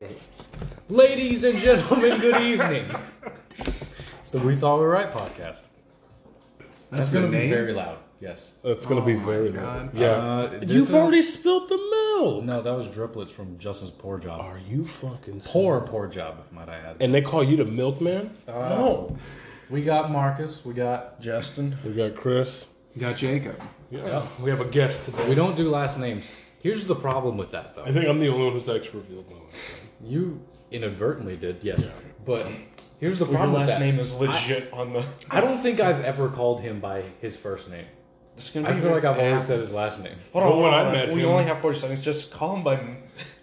Right. Ladies and gentlemen, good evening. It's the We Thought We Were Right podcast. That's It's the going to be name? very loud. Yes. It's gonna be very God. loud. Yeah. Uh, this You've is- already spilt the milk. No, that was driplets from Justin's poor job. Are you fucking Poor, poor job, might I add. And they call you the milkman? Uh, We got Marcus. We got Justin. We got Chris. Got Jacob. Yeah. Yeah. We have a guest today. We don't do last names. Here's the problem with that, I though. think I'm the only one who's actually revealed my last You inadvertently did, yes. But here's the name. Your problem with last that. name is legit on the. I don't think I've ever called him by his first name. It's gonna I feel like I've always Yeah. said his last name. Hold on, Well, hold when I on. met we him- only have forty seconds. Just call him by. m-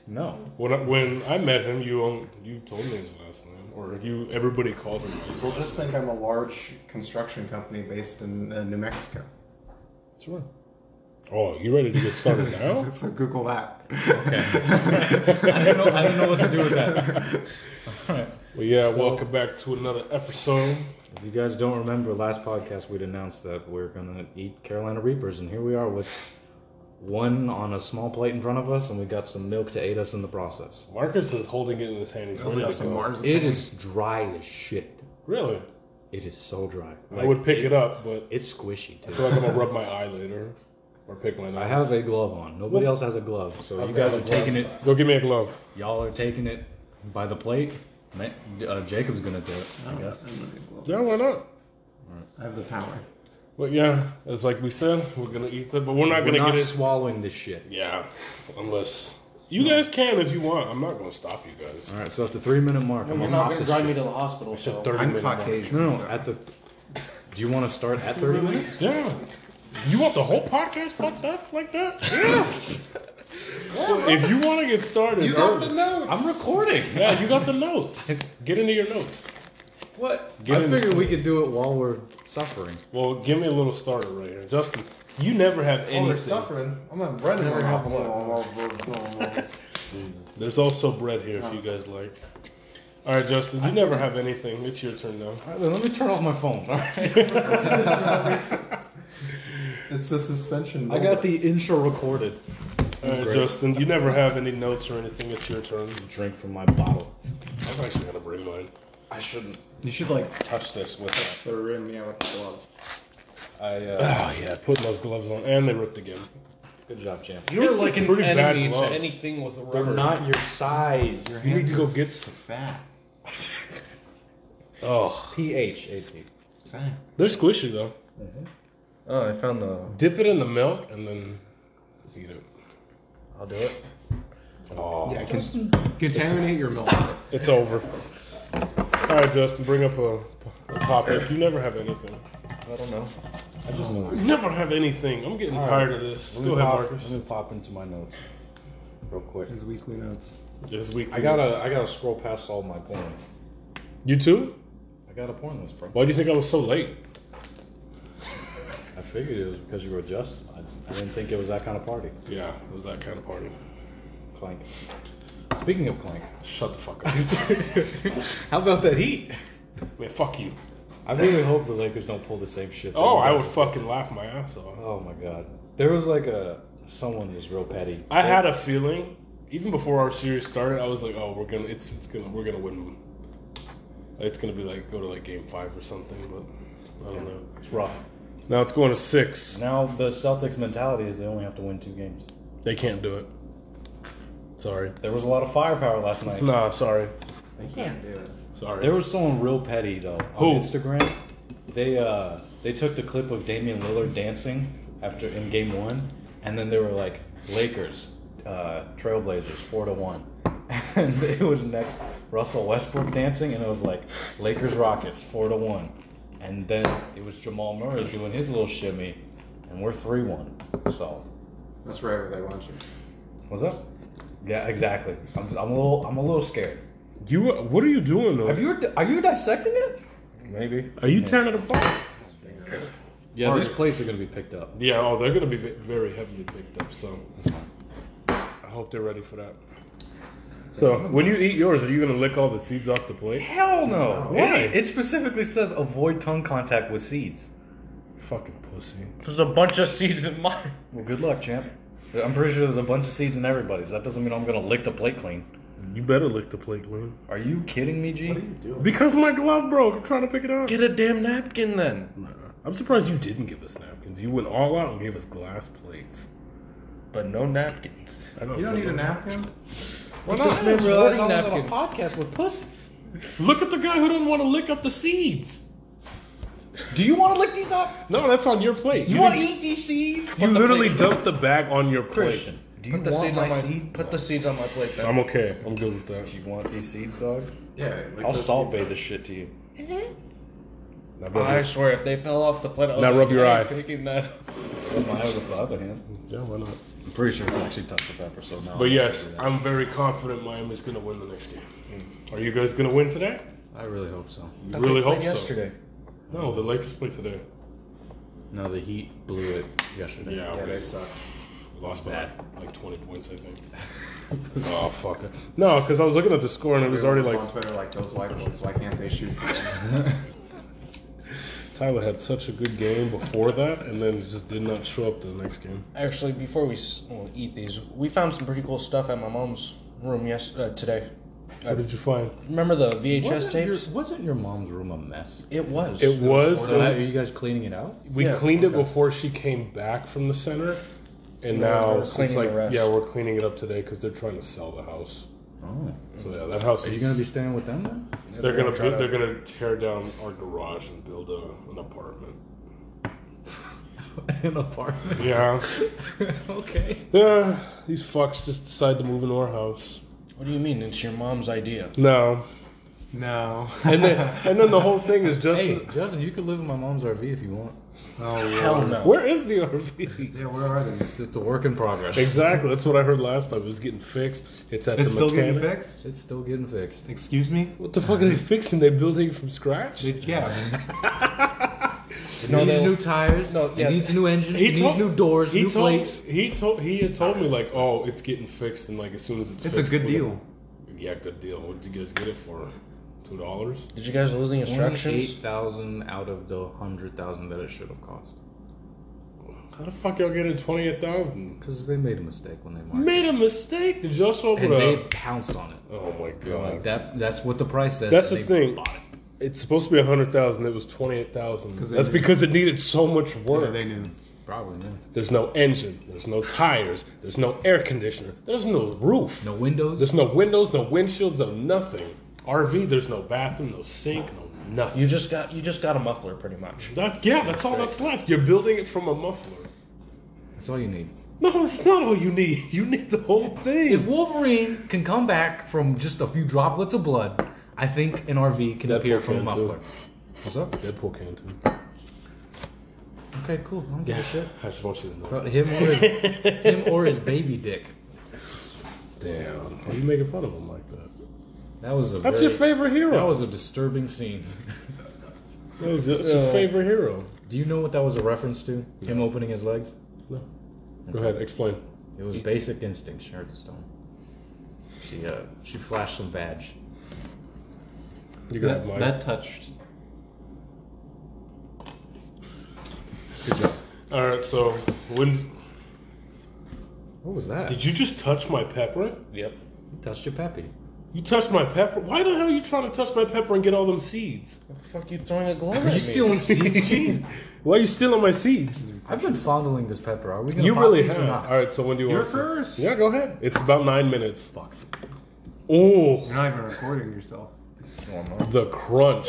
No. When I, when I met him, you only, you told me his last name, or you everybody called him. by his Well, last just think I'm a large construction company based in uh, New Mexico. name. Sure. Oh, you ready to get started now? So Google that. I don't know. I don't know what to do with that. Well, yeah. welcome back to another episode. If you guys don't remember, last podcast we'd announced that we're gonna eat Carolina Reapers, and here we are with one on a small plate in front of us, and we got some milk to aid us in the process. Marcus is holding it in his hand. He's Those ready are to some go. marzipan. It is dry as shit. Really? It is so dry. I Like, would pick it up, but It's squishy I too. feel like I'm gonna rub my eye later or pick my nose. I have a glove on. Nobody else has a glove, so you guys got are a glove. taking it. Go give me a glove. Y'all are taking it by the plate. Ma- Uh, Jacob's gonna do it, Oh. I guess. Yeah, why not? I have the power. But yeah, as like we said, we're gonna eat it, but we're not We're gonna not get it. swallowing this shit. Yeah, unless you guys can if you want. I'm not gonna stop you guys. All right, so at the three minute mark, I'm You're gonna not pop gonna this drive shit. me to the hospital. So. Thirty I'm minute mark. Caucasian. No, no, so- at the. Do you want to start at 30 minutes? Yeah. You want the whole podcast fucked up like that? Yeah. so if you want to get started, early- notes. I'm recording. yeah, you got the notes. Get into your notes. What? Get I in the figured we could do it while we're suffering. Well, give me a little starter right here, Justin. You never have We're anything. suffering. I'm a bread and Never have There's also bread here if you guys like. All right, Justin, you never have anything. It's your turn now. All right, then let me turn off my phone. All right. It's the suspension. I got the intro recorded. All right, great. Uh, Justin, you never have any notes or anything. It's your turn. Drink from my bottle. I'm actually gonna bring mine. I shouldn't. You should like Touch this with. the rim. Yeah, with the glove. I. Uh, Oh yeah, putting those gloves on, and they ripped again. good job, champ. This You're is like an pretty bad enemy to gloves. anything with They're rubber. not your size. You need to go get some. Fat. Oh, PHAT. Fat. they're squishy though. Oh, I found the. Dip it in the milk and then eat it. I'll do it. Oh, Yeah, con- contaminate your milk. it's over. All right, Justin, bring up a, a topic. You never have anything. I don't know. I just know. You never have anything. I'm getting All tired right. of this. Let Go me ahead, pop- Marcus. Let me pop into my notes real quick. His weekly notes. This week. I gotta, I gotta scroll past all my porn. You too? I got a porn list, bro. Why do you think I was so late? I figured it was because you were Justin. I, I didn't think it was that kind of party. Yeah, it was that kind of party. Clank. Speaking of Clank, Shut the fuck up. how about that Heat? Man, fuck you. I really hope the Lakers don't pull the same shit. that Oh, you I guys- would fucking laugh my ass off. Oh my god. There was like a someone was real petty. I had a feeling, even before our series started, I was like, oh, we're gonna, it's, it's gonna, we're gonna win. It's gonna be like go to like game five or something, but I don't know. It's rough. Now it's going to six. Now the Celtics mentality is they only have to win two games. They can't do it. Sorry. There was a lot of firepower last night. Nah, sorry, They can't do it. sorry. There was someone real petty though Who? on Instagram. They uh they took the clip of Damian Lillard dancing after in game one, and then they were like Lakers, uh, Trailblazers four to one, and it was next Russell Westbrook dancing, and it was like Lakers Rockets four to one, and then it was Jamal Murray doing his little shimmy, and we're three one. So That's right where they want you. what's up? Yeah, exactly. I'm, I'm a little I'm a little scared. you. What are you doing though? Have you are you dissecting it? Maybe. are you tearing it apart? Yeah, Or- these plates are gonna be picked up. Yeah, oh, they're going to be ve- very heavily picked up, so I hope they're ready for that. So, when you eat yours, are you going to lick all the seeds off the plate? Hell no. Why? It, it specifically says avoid tongue contact with seeds. Fucking pussy. There's a bunch of seeds in mine. Well, good luck, champ. I'm pretty sure there's a bunch of seeds in everybody's. That doesn't mean I'm gonna lick the plate clean. You better lick the plate clean. Are you kidding me, G? What are you doing? Because my glove broke. I'm trying to pick it up. Get a damn napkin then. Nah, I'm surprised you didn't give us napkins. You went all out and gave us glass plates. But no napkins. I don't You don't know. need a napkin? Why This not? man realized I was on a podcast with pussies. Look at the guy who didn't want to lick up the seeds. Do you want to lick these up? No, that's on your plate. You want to didn't- eat these seeds? You literally dumped the bag on your plate. Christian. Do you Put the want seeds on my my seed? put the seeds on my plate then. I'm okay. I'm good with that. Do you want these seeds, dog? Yeah. like I'll those salt kids- bay this shit to you. Now rub I your- swear, if they fell off the plate, I was Now like, rub your "I ain't eye." Picking that. up." Put my with the other hand. yeah, why not? I'm pretty sure it's actually touch the pepper, so no. But yes, I'm very confident Miami's going to win the next game. Are you guys going to win today? I really hope so. You really They played hope yesterday. so. No, the Lakers play today. No, the Heat blew it yesterday. Yeah, Yeah, okay. they suck. Lost by Bad. like 20 points, I think. oh, fuck it. No, because I was looking at the score and it was already Everyone's like on Twitter like those white ones. Why can't they shoot? Tyler had such a good game before that and then it just did not show up to the next game. Actually, before we s- well, eat these, we found some pretty cool stuff at my mom's room yes uh, today. What did you find? Remember the VHS Wasn't your, tapes? wasn't your mom's room a mess? It was. It was. So now- are you guys cleaning it out? we yeah, cleaned it okay. before she came back from the center. And We're- now we're it's cleaning like, the rest. yeah, we're cleaning it up today because they're trying to sell the house. Oh. So yeah, that house Are is you going to be staying with them then? They're gonna try bu- to- they're gonna tear down our garage and build a, an apartment. An apartment. Yeah. okay. yeah. These fucks just decide to move into our house. What do you mean? It's your mom's idea. No. no. And then and then the whole thing is just Hey, Justin, you could live in my mom's RV if you want. Oh, Hell Lord. no. where is the RV? Yeah, where are they? It's, it's a work in progress. Exactly. That's what I heard last time. It was getting fixed. It's at It's the still mechanic. getting fixed? It's still getting fixed. Excuse me? What the fuck are they fixing? They building it from scratch? It- yeah. It No, needs they- new tires. No, yeah. It needs new engine. It needs told- new doors. He New told, plates. He told. He had told me like, oh, it's getting fixed, and like as soon as it's It's a fixed, good we'll- deal. Yeah, good deal. What did you guys get it for? Two dollars. Did you guys lose the instructions? Eight thousand out of the hundred thousand that it should have cost. How the fuck y'all getting twenty eight thousand? Because they made a mistake when they marked Made a mistake. Did y'all show up it, and with they a? pounced on it. Oh my They're god. Like that. That's what the price says. That's and the they thing. bought it. It's supposed to be a hundred thousand. It was twenty eight thousand. they That's knew. because it needed so much Where work. are they new? Probably yeah. There's no engine. There's no tires. There's no air conditioner. There's no roof. No windows. There's no windows. No windshields. No nothing. RV. There's no bathroom. No sink. No nothing. You just got you just got a muffler, pretty much. That's yeah. That's all that's left. You're building it from a muffler. that's all you need. No, that's not all you need. You need the whole thing. If Wolverine can come back from just a few droplets of blood, I think an RV can Deadpool appear from a can, muffler. too. What's up? Deadpool can too. Okay, cool. I don't give a shit I just want you to know. about him or his him or his baby dick. Damn. Are you making fun of him like that? That was a That's very, your favorite hero. That was a disturbing scene. That was- that's your favorite hero. Do you know what that was a reference to? Him opening his legs? No. Go ahead. Explain. It was Basic Instinct, Sharon Stone. She uh, she flashed some badge. You can have That, mine. that touched. Good job. All right. So when What was that? did you just touch my pepper? Yep. You touched your peppy. You touched my pepper. Why the hell are you trying to touch my pepper and get all them seeds? What the fuck you throwing a glove at Are you me? stealing seeds, Gene? Why are you stealing my seeds? I've been fondling this pepper. Are we gonna You pop really these have. or not? All right. So when do you You're want? to- first. Yeah. Go ahead. It's about nine minutes. Fuck. Oh, You're not even recording yourself. the crunch.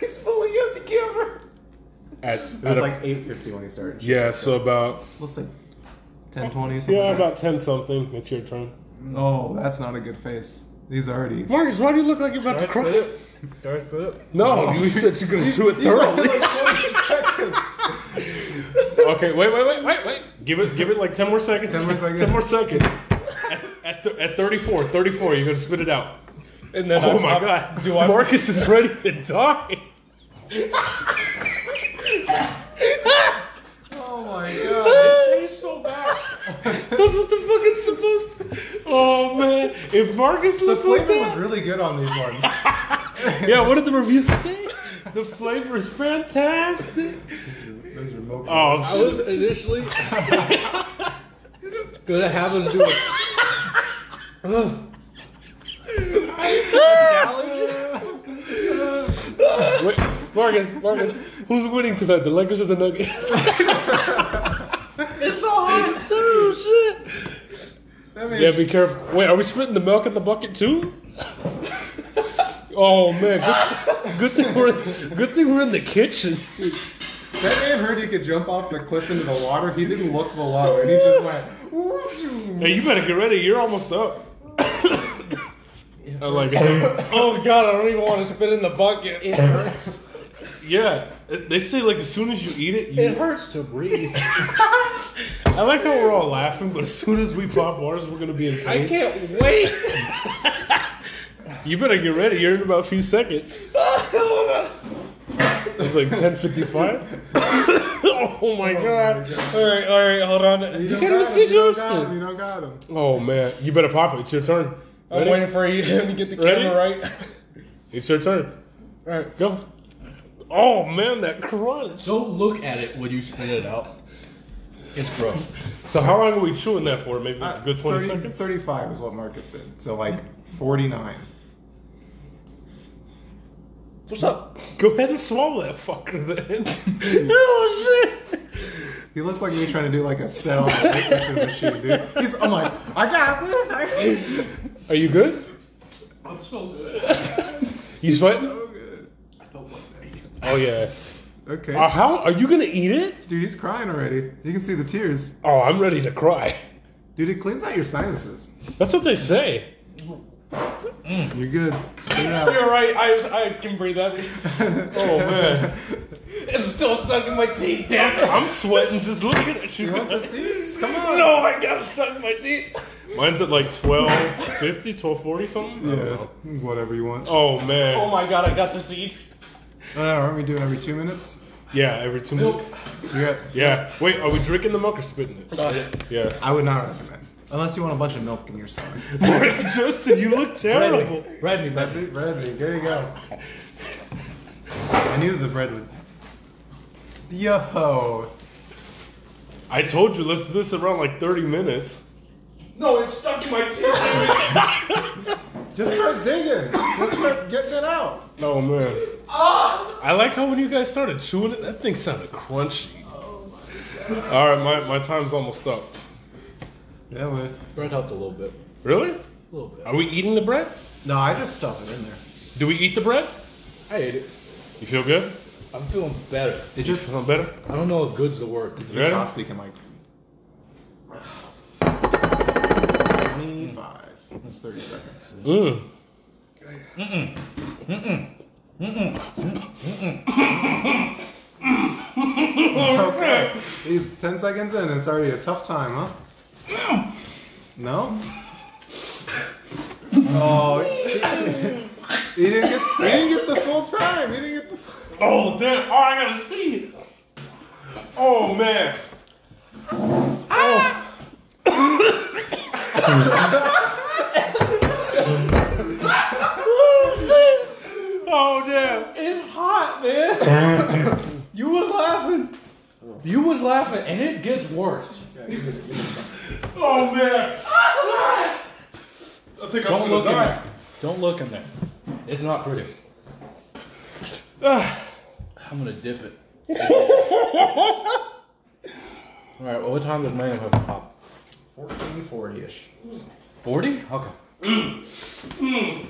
He's pulling out the camera. at, It at was a- like 8.50 when he started. yeah. So about Let's see. 10.20 or something. yeah about ten something. It's your turn. Oh, that's not a good face. He's already. Marcus, why do you look like you're about to Darth cry? Vader. Darth Vader. No, you said you're gonna do it thoroughly. okay, wait, wait, wait, wait, wait. Give it, give it like ten more seconds. 10 more seconds. Ten more seconds. At, at, th- at 34, 34, you're gonna spit it out. And then, oh my God, do I? Marcus is ready to die. Oh my god. He's so bad. That's what the fuck it's supposed to. Oh man, if Marcus The looks like flavor that, was really good on these ones. yeah. What did the review say? The flavor is fantastic. Those are milk. Oh, I was initially gonna have us do it. Marcus, Marcus, who's winning tonight? The Lakers or the Nuggets? It's so hot. Oh shit. I mean, yeah, be careful. Wait, are we splitting the milk in the bucket too? oh man, good, good thing we're good thing we're in the kitchen. that man heard he could jump off the cliff into the water. He didn't look below, and he just went. "Whoosh." Hey, you better get ready. You're almost up. I'm like, oh god, I don't even want to spit in the bucket. It hurts. Yeah, they say like as soon as you eat it, you. It hurts to breathe. I like how we're all laughing, but as soon as we pop ours, we're gonna be in pain. I can't wait. You better get ready. You're in about a few seconds. It's like 10:55. oh my god! All right, all right, hold on. You, don't can't got even him, see you don't got him, Justin. You don't got him. Oh man, you better pop it. It's your turn. I'm Ready? waiting for you to get the Ready? camera right. It's your turn. All right. Go. Oh man, that crunch. Don't look at it when you spit it out. It's gross. So how long are we chewing that for? Maybe Uh, a good 20 30 seconds. 35 is what Marcus said. So like 49. What's up? Go ahead and swallow that fucker then. oh shit. He looks like he's trying to do like a set on a weightlifting machine, dude. He's, I'm like, I got this. I got this. Are you good? I'm so good. You sweating? So good. Oh yeah. Okay. Uh, how are you gonna eat it? Dude, he's crying already. You can see the tears. Oh, I'm ready to cry. Dude, it cleans out your sinuses. That's what they say. You're good. Clean it out. right. I, I can breathe out. Oh man, It's still stuck in my teeth. Damn I'm sweating just looking at you. You want the seas? Come on. No, I got stuck in my teeth. Mine's at like 1250, 1240 something. I don't Yeah, know. whatever you want. Oh. Oh man. my god, I got the seed. aren't we doing every two minutes? Yeah, every two minutes. You got, Yeah. Wait, are we drinking the milk or spitting it? Yeah. I would not recommend. Unless you want a bunch of milk in your stomach. Justin, you look terrible. Read me, Bread, baby. meat, bread, meat. there you go. I knew the bread would. Yo! I told you, let's do this around like 30 minutes. No, it's stuck in my teeth. Just start digging! Let's start getting it out! Oh man. I like how when you guys started chewing it, that thing sounded crunchy. All right, my, my time's almost up. Yeah, well. Bread helped a little bit. Really? A little bit. Are we eating the bread? No, I just stuff it in there. Do we eat the bread? I ate it. You feel good? I'm feeling better. It just. Feeling better? I don't know if good's the word. You ready? Caustic and like. 25. That's 30 seconds. Mm. Okay. He's 10 seconds in. It's already a tough time, huh? No? Oh. He didn't, get, he didn't get the full time. He didn't get the full Oh damn! Oh, I gotta see it. Oh man. Oh. oh damn! It's hot, man. you was laughing. You was laughing, and it gets worse. Oh man! I Don't think I'm gonna look in die. there. Don't look in there. It's not pretty. Ah, I'm gonna dip it. All right. Well, what time does my have to pop? 1440 ish. Forty? Okay.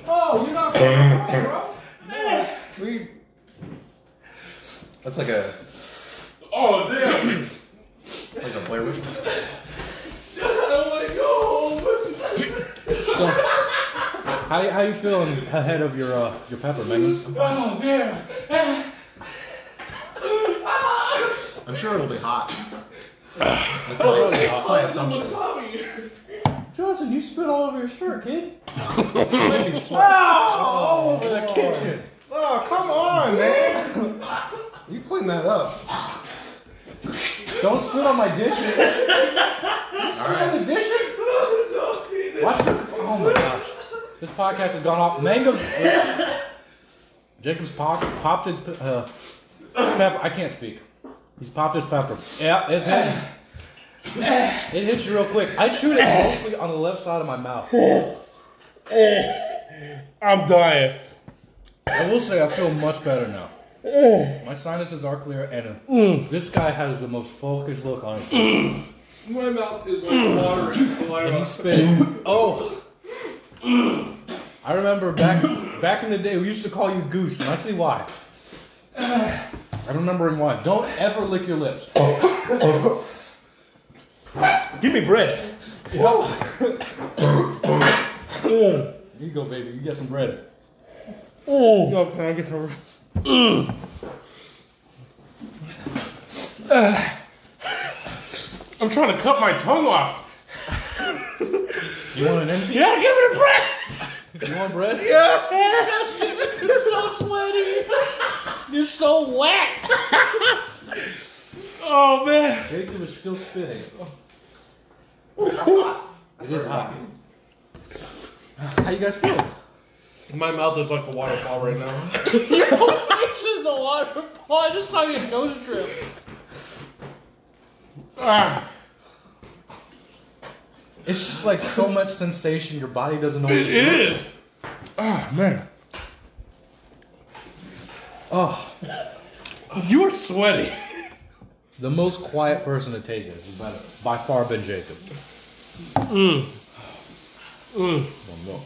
Oh, you're not playing bro. We. That's like a Oh damn! like a Blair Witch. How how you feeling ahead of your uh, your pepper, Megan? Oh damn! I'm sure it'll be hot. That's why it'll be hot. My assumption. Johnson, you spit all over your shirt, kid. Oh, come on, man. You clean that up. Don't spit on my dishes. All right. the dishes. Watch the. Oh my gosh, this podcast has gone off. Mango's. uh, Jacob's pop, popped his. pe- Uh, his pepper. I can't speak. He's popped his pepper. Yeah, it's hitting. It hits you real quick. I chewed it mostly on the left side of my mouth. I'm dying. I will say I feel much better now. Mm. My sinuses are clear, and uh, this guy has the most focused look on his face. Mm. My mouth is like watering And he saliva. spit. Oh. I remember back back in the day, we used to call you Goose, and I see why. I'm remembering why. Don't ever lick your lips. Give me bread. You go, baby. You get some bread. No, can I get some? I'm trying to cut my tongue off. You want an empty? Yeah, give me bread. You want bread? Yeah. You're so sweaty. You're so wet. Oh man. Jacob is still spitting. It is hot. How you guys feel? My mouth is like a waterfall right now. This is a waterfall. I just saw your nose drip. Ah. It's just like so much sensation. Your body doesn't know. What It to do. is. Ah man. Ah. Oh, You are sweaty. the most quiet person to take it has by- by far been Jacob. The most.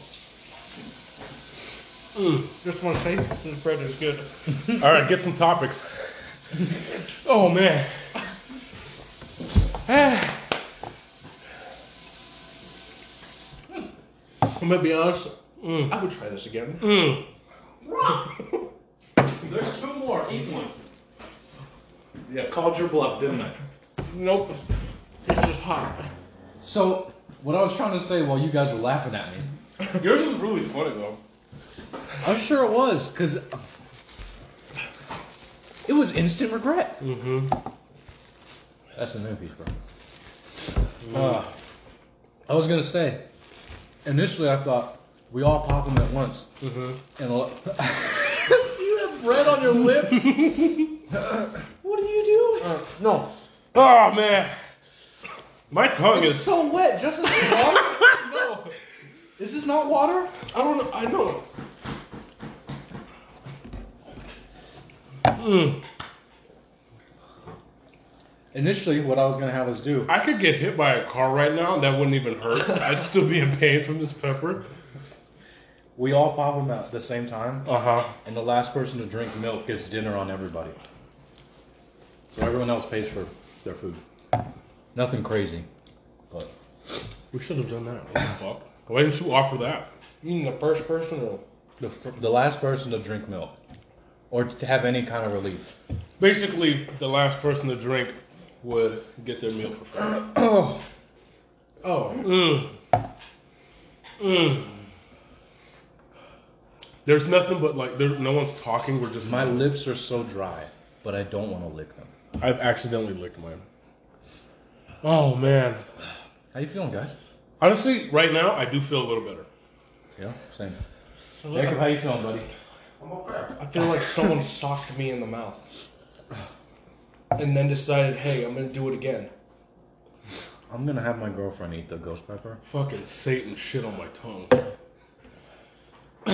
Just want to say this bread is good. All right, get some topics. Oh man. Ah. I'm gonna be honest. Mm. I would try this again. Mm. There's two more. Eat one. Yeah, called your bluff, didn't I? Nope. It's just hot. So, what I was trying to say while you guys were laughing at me, Yours is really funny though. I'm sure it was, because it was instant regret. Mm-hmm. That's a new piece, bro. Uh, I was going to say, initially I thought we all pop them at once. Mm-hmm. And a- you have bread on your lips? what are you doing? no. Oh man. My tongue It's is. so wet. Just as water? no. Is this not water? I don't know. I know. Hmm. Initially, what I was going to have us do. I could get hit by a car right now and that wouldn't even hurt. I'd still be in pain from this pepper. We all pop them at the same time, Uh huh. and the last person to drink milk gets dinner on everybody. So everyone else pays for their food. Nothing crazy, but We should have done that. What the fuck? Why didn't you offer that? Eating the first person or the, f- the last person to drink milk or to have any kind of relief. Basically, the last person to drink would get their meal for free. Oh, Mm. Mm. There's nothing but like there, no one's talking. We're just my lips are so dry, but I don't want to lick them. I've accidentally licked mine. Oh man. How you feeling, guys? Honestly, right now I do feel a little better. Yeah, same. Jacob, how you feeling, buddy? I feel like someone socked me in the mouth. And then decided, hey, I'm gonna do it again. I'm gonna have my girlfriend eat the ghost pepper. Fucking Satan shit on my tongue.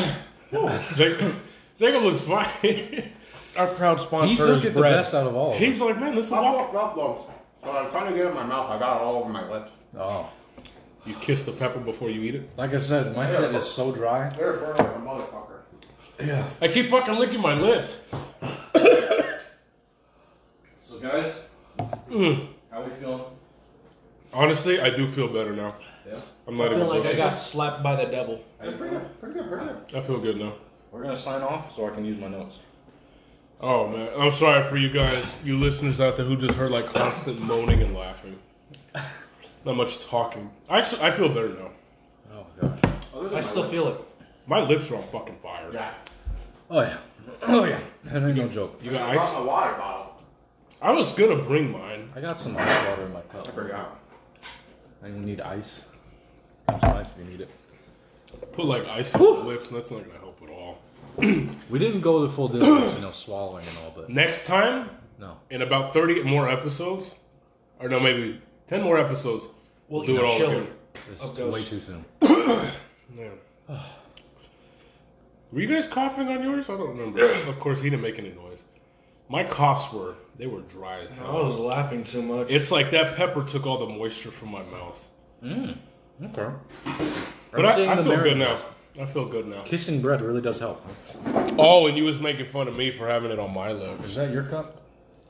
Jacob, Jacob looks fine. Our proud He sponsor took is it the bread. best out of all. Of us. He's like, man, this is I walk. fucked up though. When I was trying to get it in my mouth, I got it all over my lips. Oh, You kiss the pepper before you eat it. like I said, my shit is so dry. They're burning like a motherfucker. I keep fucking licking my lips. So, guys, Mm. how we feeling? Honestly, I do feel better now. Yeah. I'm not I even feel like I joking. got slapped by the devil. They're pretty good, pretty good, pretty good. I feel good now. We're gonna sign off so I can use my notes. Oh man, I'm sorry for you guys, you listeners out there who just heard like constant moaning and laughing. Not much talking. I actually, I feel better now. Oh god. Other than I my still lips. feel it. My lips are on fucking fire. Yeah. Oh yeah. Oh yeah. That ain't no joke. You I got brought ice? my water bottle. I was gonna bring mine. I got some ice water in my cup. I forgot. Anyone need ice? Have some ice if you need it. Put like ice on my lips, and that's not gonna help at all. We didn't go the full distance, you know, swallowing and all, but Next time, no. in about 30 more episodes, or no, maybe 10 more episodes, we'll, do it all chili. again. It's Up too- goes. way too soon. Yeah. Were you guys coughing on yours? I don't remember. of course, he didn't make any noise. My coughs were they were dry as I hell. was laughing too much. It's like that pepper took all the moisture from my mouth. Okay. But I, seeing I the feel merit. good now. I feel good now. Kissing bread really does help. Oh, and you was making fun of me for having it on my lips. Is that your cup?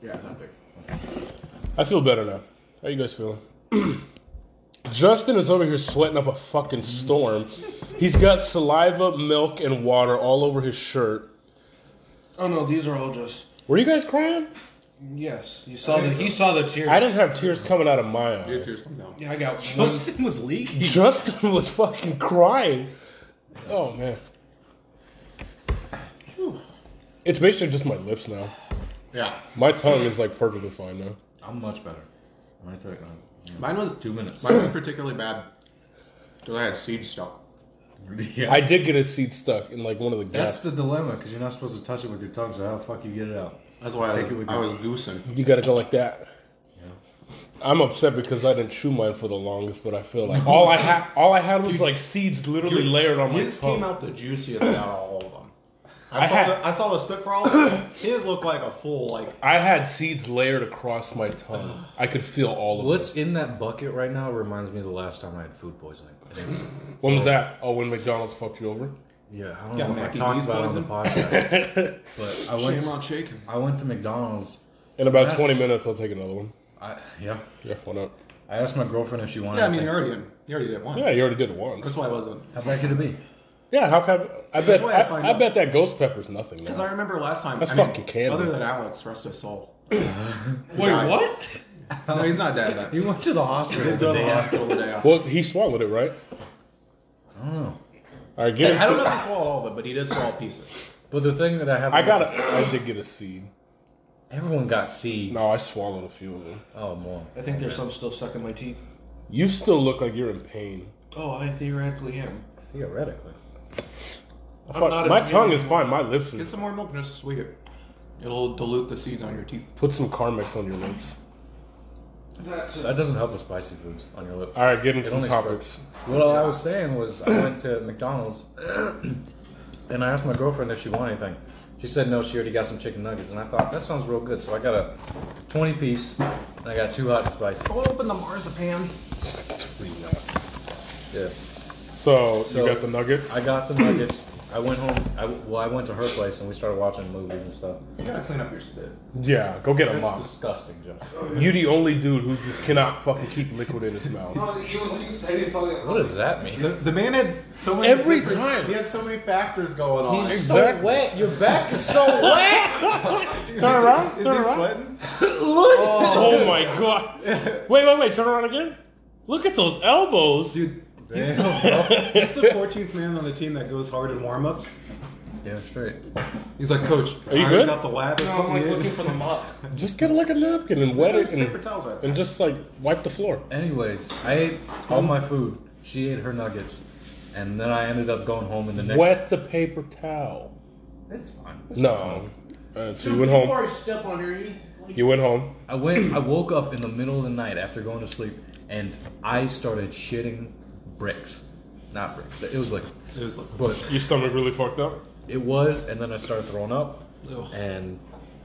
Yeah, that big. I feel better now. How you guys feeling? Justin is over here sweating up a fucking storm. He's got saliva, milk, and water all over his shirt. oh no, these are all just. Were you guys crying? Yes, you saw the. He saw the tears. I didn't have tears coming out of my Your eyes. tears come down. Yeah, I got one. Justin was leaking. Justin was fucking crying. Oh man. It's basically just my lips now. Yeah. My tongue is like perfectly fine now. I'm much better. I'm gonna throw it on. Yeah. Mine was Two minutes. mine was particularly bad because I had seed stuff. yeah. I did get a seed stuck in like one of the gaps. That's the dilemma because you're not supposed to touch it with your tongue. So how the fuck you get it out? That's why I, Take it was, with I you. was goosing. You gotta go like that. I'm upset because I didn't chew mine for the longest, but I feel like all I had, all I had was like seeds literally layered on my His came tongue. out the juiciest out of all of them. I, I saw had- the, I saw the spit for all of them. His looked like a full like I had seeds layered across my tongue. I could feel all of What's What's, in that bucket right now reminds me of the last time I had food poisoning. I think so. When was that? Oh, when McDonald's fucked you over? Yeah, I don't Yeah, know if I Mackey talked D's about it on the podcast, but I went. Shamrock shaking. I went to McDonald's. In about That's- 20 minutes, I'll take another one. I yeah. Yeah, why not? I asked my girlfriend if she wanted. Yeah, I mean anything. you already you already did it once. Yeah, you already did it once. That's why I wasn't. how bad could it be? Yeah, how come? I bet. why I I, signed I up. bet that ghost pepper's nothing. Because I Now. remember last time. That's I mean, fucking candy. Other than Alex, rest his soul. Wait, what? No, he's not dead. Then. You went to the hospital. He'll go to the the day after. hospital the day after. Well, he swallowed it, right? I don't know. All right, get I don't him. know if he swallowed all of it, but he did swallow pieces. But the thing that I have, I got a. I did get a seed. Everyone got seeds. No, I swallowed a few of them. Oh, more. I think there's some still stuck in my teeth. You still look like you're in pain. Oh, I theoretically am. Theoretically. Fuck, not my in pain tongue is fine. My lips are. Get some more milk and just sweep it. It'll dilute the seeds on your teeth. Put some Carmex on your lips. That doesn't help with spicy foods on your lips. All right, get in some only topics. What I was saying was, I went to McDonald's and I asked my girlfriend if she wanted anything. She said no, she already got some chicken nuggets. And I thought, that sounds real good. So I got a 20 piece and I got two hot and spicy. Don't open the marzipan. Yeah. So, So, you got the nuggets. I got the nuggets. I went home. I, well, I went to her place and we started watching movies and stuff. You gotta clean up your spit. yeah, go get a It's mop. disgusting, Joe. You the only dude who just cannot fucking keep liquid in his mouth. What does that mean? The, the man has so many. Every different- time. He has so many factors going on. So wet. Your back is so wet. Turn around. Is he Turn around. sweating? Look. Oh my god. Wait, wait, wait. Turn around again. Look at those elbows. Dude, he's the, he's the 14th man on the team that goes hard in warm ups. Yeah, straight. He's like, Coach, Are you I good? got the ladder. No, I'm like Yeah. looking for the mop. Just get like a napkin and wet it There's paper and, towels right there. and just like wipe the floor. Anyways, I ate all my food. She ate her nuggets, and then I ended up going home in the next. Wet the paper towel. It's fine. No. Alright, so you went home. step on her. You, like, You went home. I went. I woke up in the middle of the night after going to sleep, and I started shitting bricks, not bricks. It was like, It was like, but Your stomach really fucked up. it was, and then I started throwing up, Ugh. and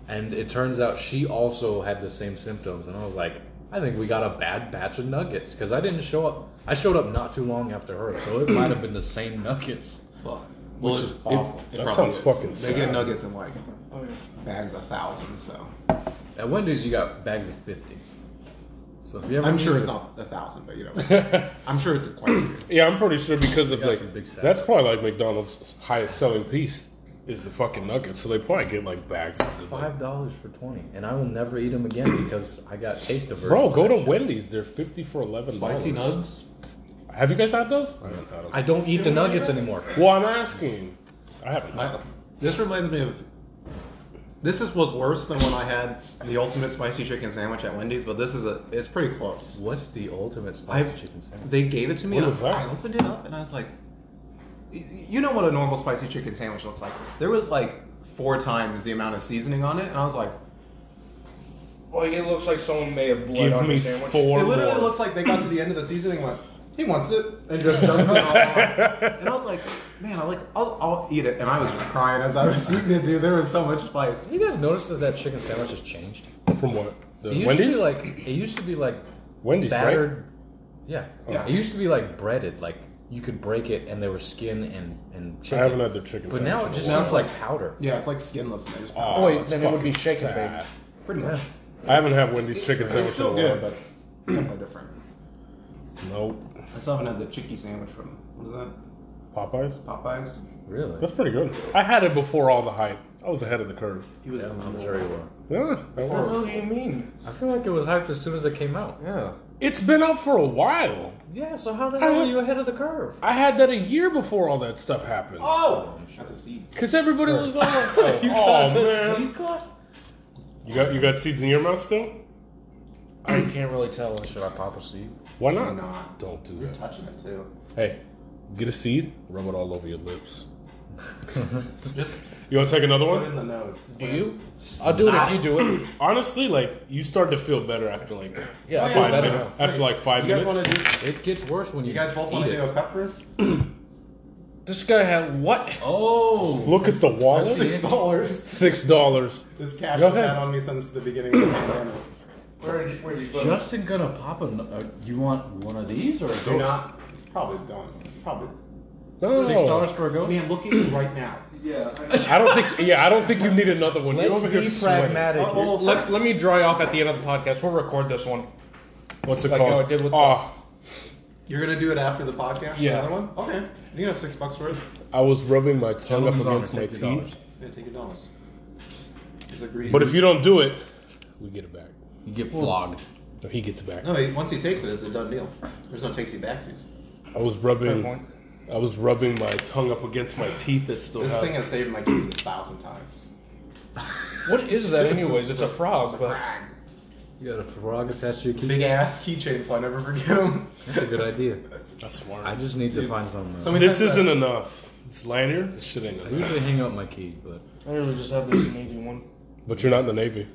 and it turns out she also had the same symptoms, and I was like, I think we got a bad batch of nuggets because I didn't show up. I showed up not too long after her, so it might have been the same nuggets. fuck. Well, is it- awful. it That probably sounds is. fucking They sad. get nuggets in like Oh, yeah. bags of thousands, so. At Wendy's, you got bags of fifty. So if you ever, I'm need sure to- it's not a thousand, but you know. I'm sure it's quite a few. Yeah, I'm pretty sure because of got like some big salad. that's probably like McDonald's highest selling piece is the fucking nuggets. So they probably get like bags. Of shit. Five dollars for twenty, and I will never eat them again because I got taste aversion. Bro, for go that to shit. Wendy's. They're fifty for eleven. Spicy nugs? Have you guys had those? I haven't had them. I don't eat the nuggets anymore. well, I'm asking. I haven't. I, this reminds me of. This is, was worse than when I had the ultimate spicy chicken sandwich at Wendy's, but this is a. It's pretty close. What's the ultimate spicy I chicken sandwich? they gave it to me. What and was I, that? I opened it up and I was like, y- you know what a normal spicy chicken sandwich looks like. There was like four times the amount of seasoning on it, and I was like, Like it looks like someone may have blood Give on me the sandwich. four it literally more. looks like they got to the end of the seasoning and went, he wants it, and just dumped it all on. And I was like, man, I like, I'll, I'll eat it. And I was just crying as I was eating it, dude. There was so much spice. You guys notice that that chicken sandwich has changed? From what? The It used Wendy's? to be like it used to be like Wendy's, battered. right? Yeah. Oh. Yeah. It used to be like breaded, like you could break it and there was skin and and chicken. I haven't had their chicken But sandwich now in it a just while. sounds like powder. Yeah, it's like skinless. And they just Oh, wait, that's then it would be fucking shaken, babe. sad. pretty Yeah. much. I haven't had Wendy's chicken sandwich It's still in a while. good, but definitely different. Nope. I still haven't had the chicky sandwich from what is that? Popeyes? Popeyes. Really? That's pretty good. I had it before all the hype. I was ahead of the curve. He was I'm sure you were. Yeah, that What the was. hell do you mean? I feel like it was hyped as soon as it came out. Yeah. It's been out for a while. Yeah, so how the hell are had- you ahead of the curve? I had that a year before all that stuff happened. Oh, that's a seed. Cause everybody was all like, "Oh, oh, man, you got you got seeds in your mouth still? I can't really tell. Should I pop a seed? Why No, not? not Don't do that. touching it too. Hey, get a seed, rub it all over your lips. Just You want to take another put it in one? the nose. Do you? I'll do it if you do it. Honestly, like you start to feel better after like Yeah, I feel five better minutes. After like five You guys want minutes. to do? It gets worse when you, You guys both want eat to it. do a pepper? This guy had what? Oh, Look at the wallet. Six dollars. Six dollars. This cash Go has ahead. had on me since the beginning of the pandemic. Where did you, where did you put it? Justin gonna pop an. Uh, you want one of these or a Do ghost? not. It's probably gone. Probably. No, Six dollars for a I ghost? mean, look at you right now. Yeah. I know. Oh. I don't think. Yeah, I don't think you need another one. You're Let's over here be sweating. pragmatic. Oh, well, Let, first- let me dry off at the end of the podcast. We'll record this one. What's it Like how I called? did with the- Ah, You're gonna do it after the podcast? Yeah. Another one? Okay. You can have six bucks worth. I was rubbing my tongue up Gentleman's honor, against my take the teeth. dollars. Yeah, take your dollars. He's agreed. But if you don't do it, we get it back. You get flogged. Or he gets it back. no, he, once he takes it, it's a done deal. There's no takesy backsies. I was point. rubbing. I was rubbing my tongue up against my teeth that still This have. thing has saved my keys a thousand times. What is that, anyways? It's a frog, but Frag. You got a frog attached to your key. Big ass keychain, so I never forget him. That's a good idea. I swear. I just need to find something. Else. So many this times isn't I- enough. It's lanyard. This shit ain't I enough. usually hang up my keys, but I really just have this navy one. But you're not in the navy.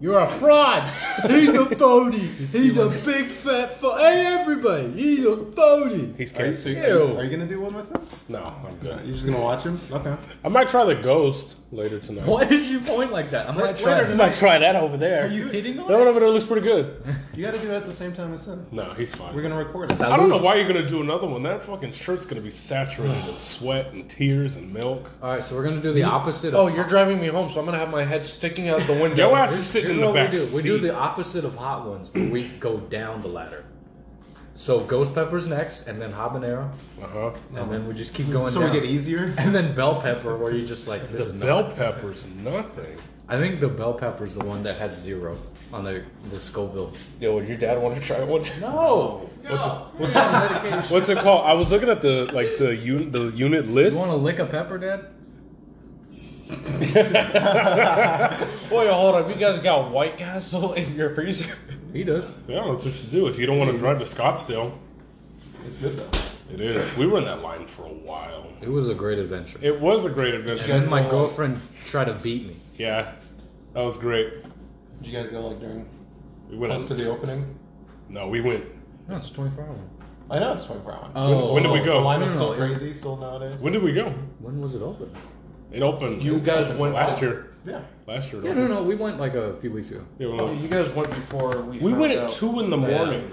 you're a fraud. He's a phony. He's a big fat phony. Hey, everybody, he's a phony. He's Are you, canceled. are you gonna do one with him? No, I'm Uh, good. You're just gonna watch him? Okay. I might try the ghost later tonight. Why did you point like that? I'm not I trying. might try that over there. Are you hitting That on one it? over there looks pretty good. You gotta do it at the same time as him. No, he's We're fine. gonna record it. I don't know why you're gonna do another one. That fucking shirt's gonna be saturated in sweat and tears and milk. All right, so we're gonna do the opposite. Of Oh, you're driving me home, so I'm gonna have my head sticking out the window. Your ass is sitting Here's in the what back we do. seat. We do the opposite of hot ones, but we go down the ladder. So ghost peppers next, and then habanero, uh huh. and then we just keep going. So down. we get e- easier. And then bell pepper, where you just like this The is bell nothing. peppers, nothing. I think the bell pepper is the one that has zero on the the Scoville. Yo, would your dad want to try one? No, What's it, what's, it, what's it called? I was looking at the like the unit the unit list. you want to lick a pepper, Dad? Wait, hold up. You guys got White Castle in your freezer? He does. Yeah, that's what you do if you don't want Mm-hmm. to drive to Scottsdale. It's good though. It is. We were in that line for a while. It was a great adventure. It was a great and adventure. then my girlfriend tried to beat me. Yeah, that was great. Did you guys go like during We went. close to On, the opening? no, we went. No, it's twenty four hour. I know it's 24 hours. Oh, when did we go? The line is No, no, still no, it- crazy, still nowadays. When did we go? When was it open? It opened. You guys went last year. yeah. Last year. it Yeah, no, opened. no, we went like a few weeks ago. Yeah, we went- You guys went before we. we found went out. at two in the Yeah. morning,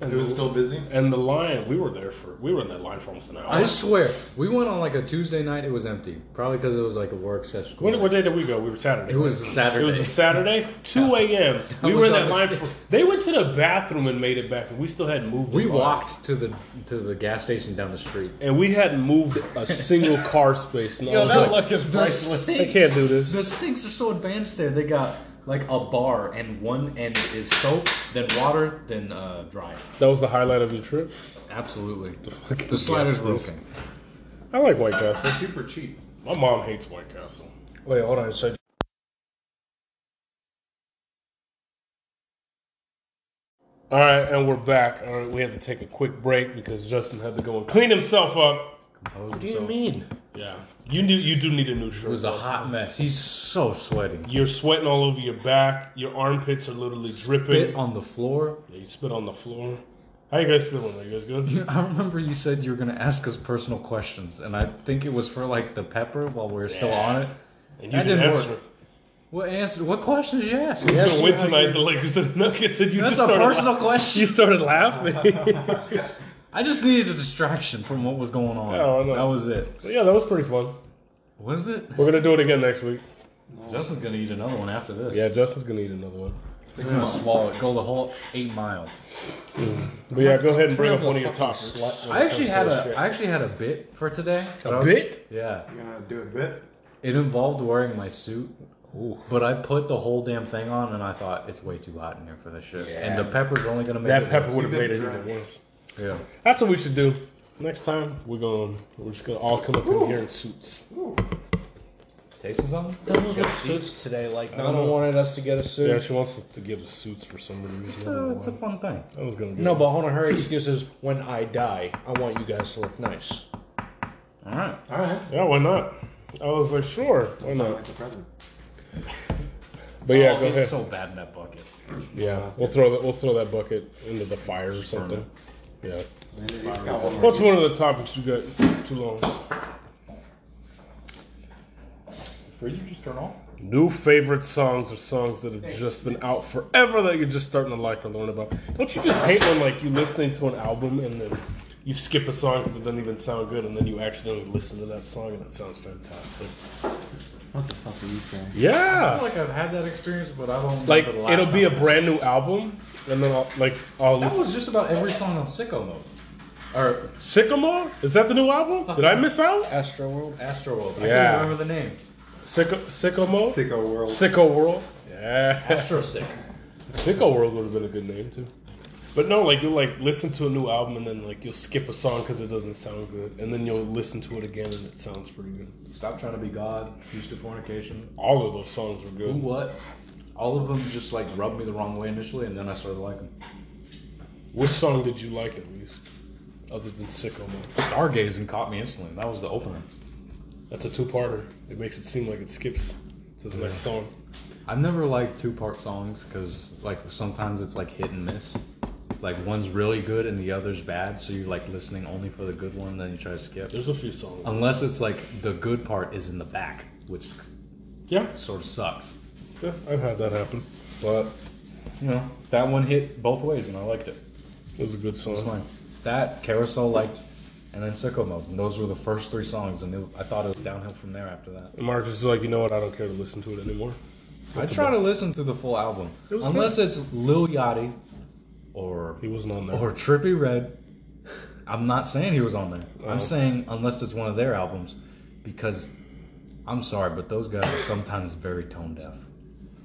It was still busy. and the line. We were there for. We were in that line for almost an hour. I swear, we went on like a Tuesday night. It was empty, probably because it was like a work slash school. When, night. what day did we go? We were Saturday. It was a Saturday. It was a Saturday, 2 a.m. We was were in that on line the- for. They went to the bathroom and made it back, and we still hadn't moved. we the line. walked to the to the gas station down the street. and we hadn't moved a single car space. And I was like, look is I can't do this. The sinks are so advanced there. They got like a bar, and one end is soap, then water, then uh, dry. that was the highlight of your trip. Absolutely. fucking The sliders gas were station. okay. I like White Castle. Super cheap. My mom hates White Castle. Wait, hold on. So All right, and we're back. All right, we had to take a quick break because Justin had to go and clean himself up. What mean? Yeah, you do. You do need a new shirt. It was a though. hot mess. He's so sweating. You're sweating all over your back. Your armpits are literally dripping. Bit on the floor. Yeah, you spit on the floor. How you guys feeling? Are you guys good? I remember you said you were going to ask us personal questions, and I think it was for like the pepper while we were still on it. And That didn't didn't work. What answer? What questions did you ask? Who's gonna Yes, win you- tonight? The Lakers and Nuggets, and you That's just a started personal laugh- question. You started laughing. I just needed a distraction from what was going on. Yeah, I know. that was it. But yeah, that was pretty fun. Was it? We're gonna do it again next week. Justin's gonna eat another one after this. Yeah, Justin's gonna eat another one. he's gonna swallow it. Go the whole eight miles. But yeah, go ahead and bring up Terrible one of your fucking topics. slut when it I actually comes to had this a. shit. I actually had a bit for today. that I a was- bit. Yeah. You gonna do a bit? It involved wearing my suit. But I put the whole damn thing on, and I thought it's way too hot in here for this shit. And the pepper's only gonna make That it pepper worse. would have You've made it been even drenched. worse. Yeah. That's what we should do. Next time we're going. We're just gonna all come up in here in suits. Tasting something? suits today. Like don't Nana know. wanted us to get a suit. Yeah, she wants us to give us suits for some It's reason. I don't a, know it's a why. fun thing. That was gonna be No, but hold on. Her excuse is when I die, I want you guys to look nice. All right. All right. yeah, why not? I was like, sure, why not? Like the president. But yeah, Oh, go it's ahead. so bad in that bucket. Yeah, we'll throw that. We'll throw that bucket into the fire or something. Yeah. It's got one more What's one of the topics you got? Too long. Freezer just turn off? New favorite songs or songs that have just been out forever that you're just starting to like or learn about. Don't you just hate when like you listening to an album and then you skip a song because it doesn't even sound good and then you accidentally listen to that song and it sounds fantastic. What the fuck are you saying? I Yeah. feel like I've had that experience, but I don't. Like remember the last it'll be a time. brand new album and then I'll like I'll That listen. was just about every song on Sicko Mode. Or Sycamore? Is that the new album? Did I miss out? Astro World. Astroworld. I Yeah. can't remember the name. Syc- Sycamore? Sicko world. Sicko World. Yeah. Astro Sick. Sicko World would have been a good name too. But no, like you'll like listen to a new album and then like you'll skip a song because it doesn't sound good, and then you'll listen to it again and it sounds pretty good. Stop trying to be God. Used to fornication. All of those songs were good. Who what? All of them just like rubbed me the wrong way initially, and then I started liking. them. Which song did you like at least, other than Sicko Mode? Stargazing caught me instantly. That was the opener. That's a two-parter. It makes it seem like it skips to the next song. I've never liked two part songs because like sometimes it's like hit and miss. Like one's really good and the other's bad, so you're like listening only for the good one, then you try to skip. There's a few songs. Unless it's like the good part is in the back, which Yeah, sort of sucks. yeah, I've had that happen, but You know, that one hit both ways and I liked it. it was a good song. It was mine. That Carousel liked, and then Sicko Mode. And those were the first three songs, and it was, I thought it was downhill from there after that. And Marcus is like, you know what? I don't care to listen to it anymore. I try to listen to the full album, It was unless it's Lil Yachty or He wasn't on there. or Trippy Red. I'm not saying he was on there. Oh. I'm saying unless it's one of their albums, because I'm sorry, but those guys are sometimes very tone deaf.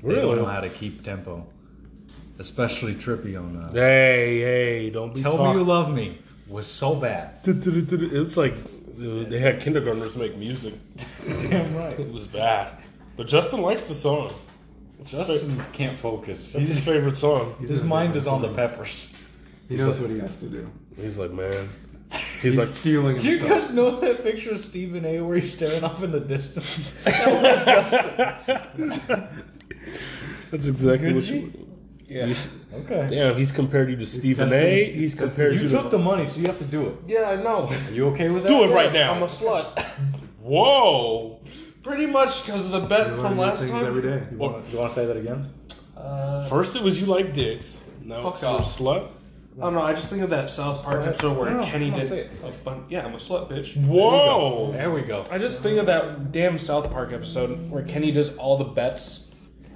They don't know how to keep tempo, especially Trippy on. Uh, Hey, hey, don't be Tell talk- me you love me was so bad. It's like uh, they had kindergartners make music. Damn right. It was bad. But Justin likes the song. It's his fa- Justin can't focus. that's his favorite song. His mind is on the peppers. He knows what he has to do. He's like, man. He's, He's like, stealing Do you himself. guys know that picture of Stephen A where he's staring off in the distance? that's exactly what Gucci? you. Yeah. Okay. Damn, he's compared you to Stephen testing- A. he's He's compared testing you You to. took the money, so you have to do it. Yeah, I know. Are you okay with that? Do it right now. I'm a slut. Whoa! Pretty much because of the You bet learn from new last things time. every day. You wanna- you want to say that again? Uh, First it was you like dicks. Now Fuck it's you're a off. slut. I don't know. oh, I just think of that South Park episode where No, no, Kenny come on, did say it. a bun- Yeah, I'm a slut, bitch. Whoa! There we go. I just think of that damn South Park episode where Kenny does all the bets,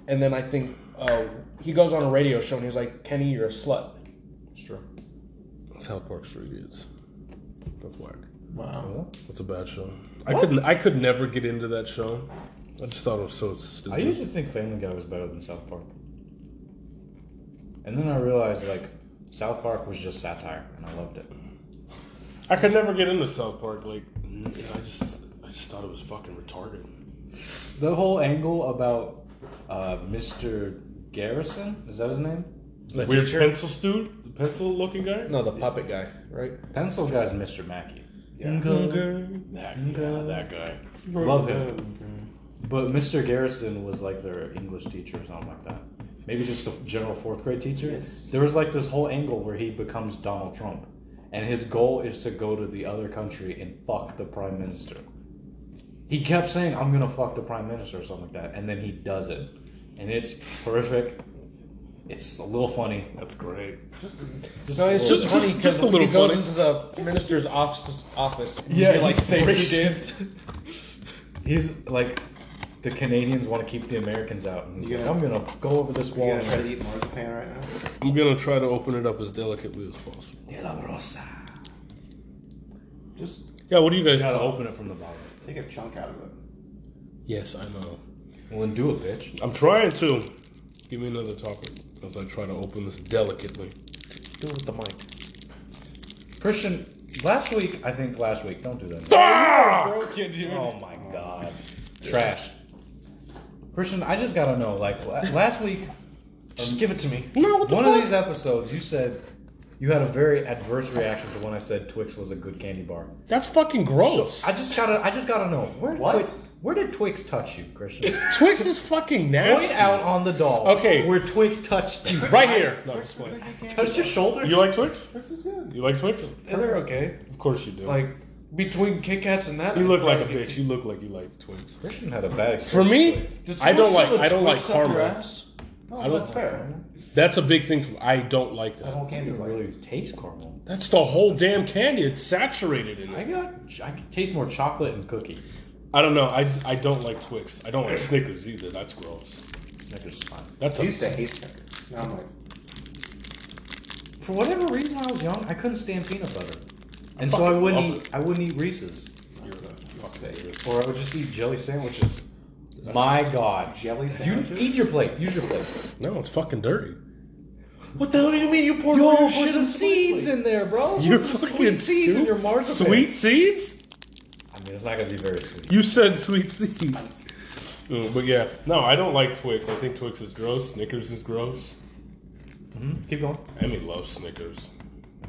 and then I think uh, he goes on a radio show and he's like, "Kenny, you're a slut." It's true. South Park's for idiots. That's whack. Wow. That's a bad show. I could I could never get into that show. I just thought it was so I stupid. used to think Family Guy was better than South Park. And then I realized, like, South Park was just satire, and I loved it. I could never get into South Park. Like, I just, I just thought it was fucking retarded. The whole angle about uh, Mr. Garrison, is that his name? The Weird pencil dude, the pencil looking guy. No, the puppet guy, right? Pencil guy's Mr. Mackey. Yeah. That, yeah, that guy. Love him. But Mr. Garrison was like their English teacher or something like that. maybe just the general fourth grade teacher. There was like this whole angle where he becomes Donald Trump, and his goal is to go to the other country and fuck the prime minister. He kept saying, "I'm gonna fuck the prime minister" or something like that, and then he does it, and it's horrific. It's a little funny. That's great. Just no, it's a just little- funny because just a when he little goes funny. into the minister's office, office and Yeah, he, like he safety breaks- dance. He's like, the Canadians want to keep the Americans out, and he's You like, gonna- "I'm gonna go over this You wall." gonna try to and- eat marzipan right now? I'm gonna try to open it up as delicately as possible. De La Rosa. Just Yeah, what do you guys? Gotta call- open it from the bottom. take a chunk out of it. Yes, I know. Well, then do it, bitch. I'm trying to. Give me another topic as I try to open this delicately. Do it with the mic. Christian, last week, I think last week, don't do that. Oh my god. Trash. Christian, I just gotta know, like, la- last week, Just give it to me. No, what the one fuck? of these episodes, you said you had a very adverse reaction to when I said Twix was a good candy bar. That's fucking gross. I just gotta, I just gotta know where What? Twix, where did Twix touch you, Christian? Twix is fucking Point nasty. out on the doll. Okay. where Twix touched you. Right here. No, just wait. touched your shoulder. You like Twix? This is good. You like Twix? They're okay. Of course you do. Like between Kit Kats and that, you I look like a probably- bitch. You look like you like Twix. Christian had a bad experience. For me, Did I don't someone like shove a I don't like Twix up your caramel. ass? Oh, that's fair. That's a big thing for me. I don't like That that. whole candy's it like really tastes caramel. That's the whole damn candy. It's saturated in I it. got, I can taste more chocolate and cookie. I don't know. I just, I don't like Twix. I don't like Snickers either. That's gross. That is fine. That's I used to a, hate Snickers. Now I'm like, For whatever reason, when I was young, I couldn't stand peanut butter, and so I fucking wouldn't love eat. I wouldn't eat Reese's, you're a mistake. or I would just eat jelly sandwiches. My God, Jelly You sandwiches? eat your plate. Use your plate. no. It's fucking dirty. What the hell do you mean you poured all Yo, your put shit some in seeds in there, bro. You're Put some fucking sweet seeds in stupid. your marzipan. Sweet seeds? I mean, it's not gonna be very sweet. You said sweet seeds. Oh, but yeah, no, I don't like Twix. I think Twix is gross. Snickers is gross. Keep going. Emmy loves Snickers.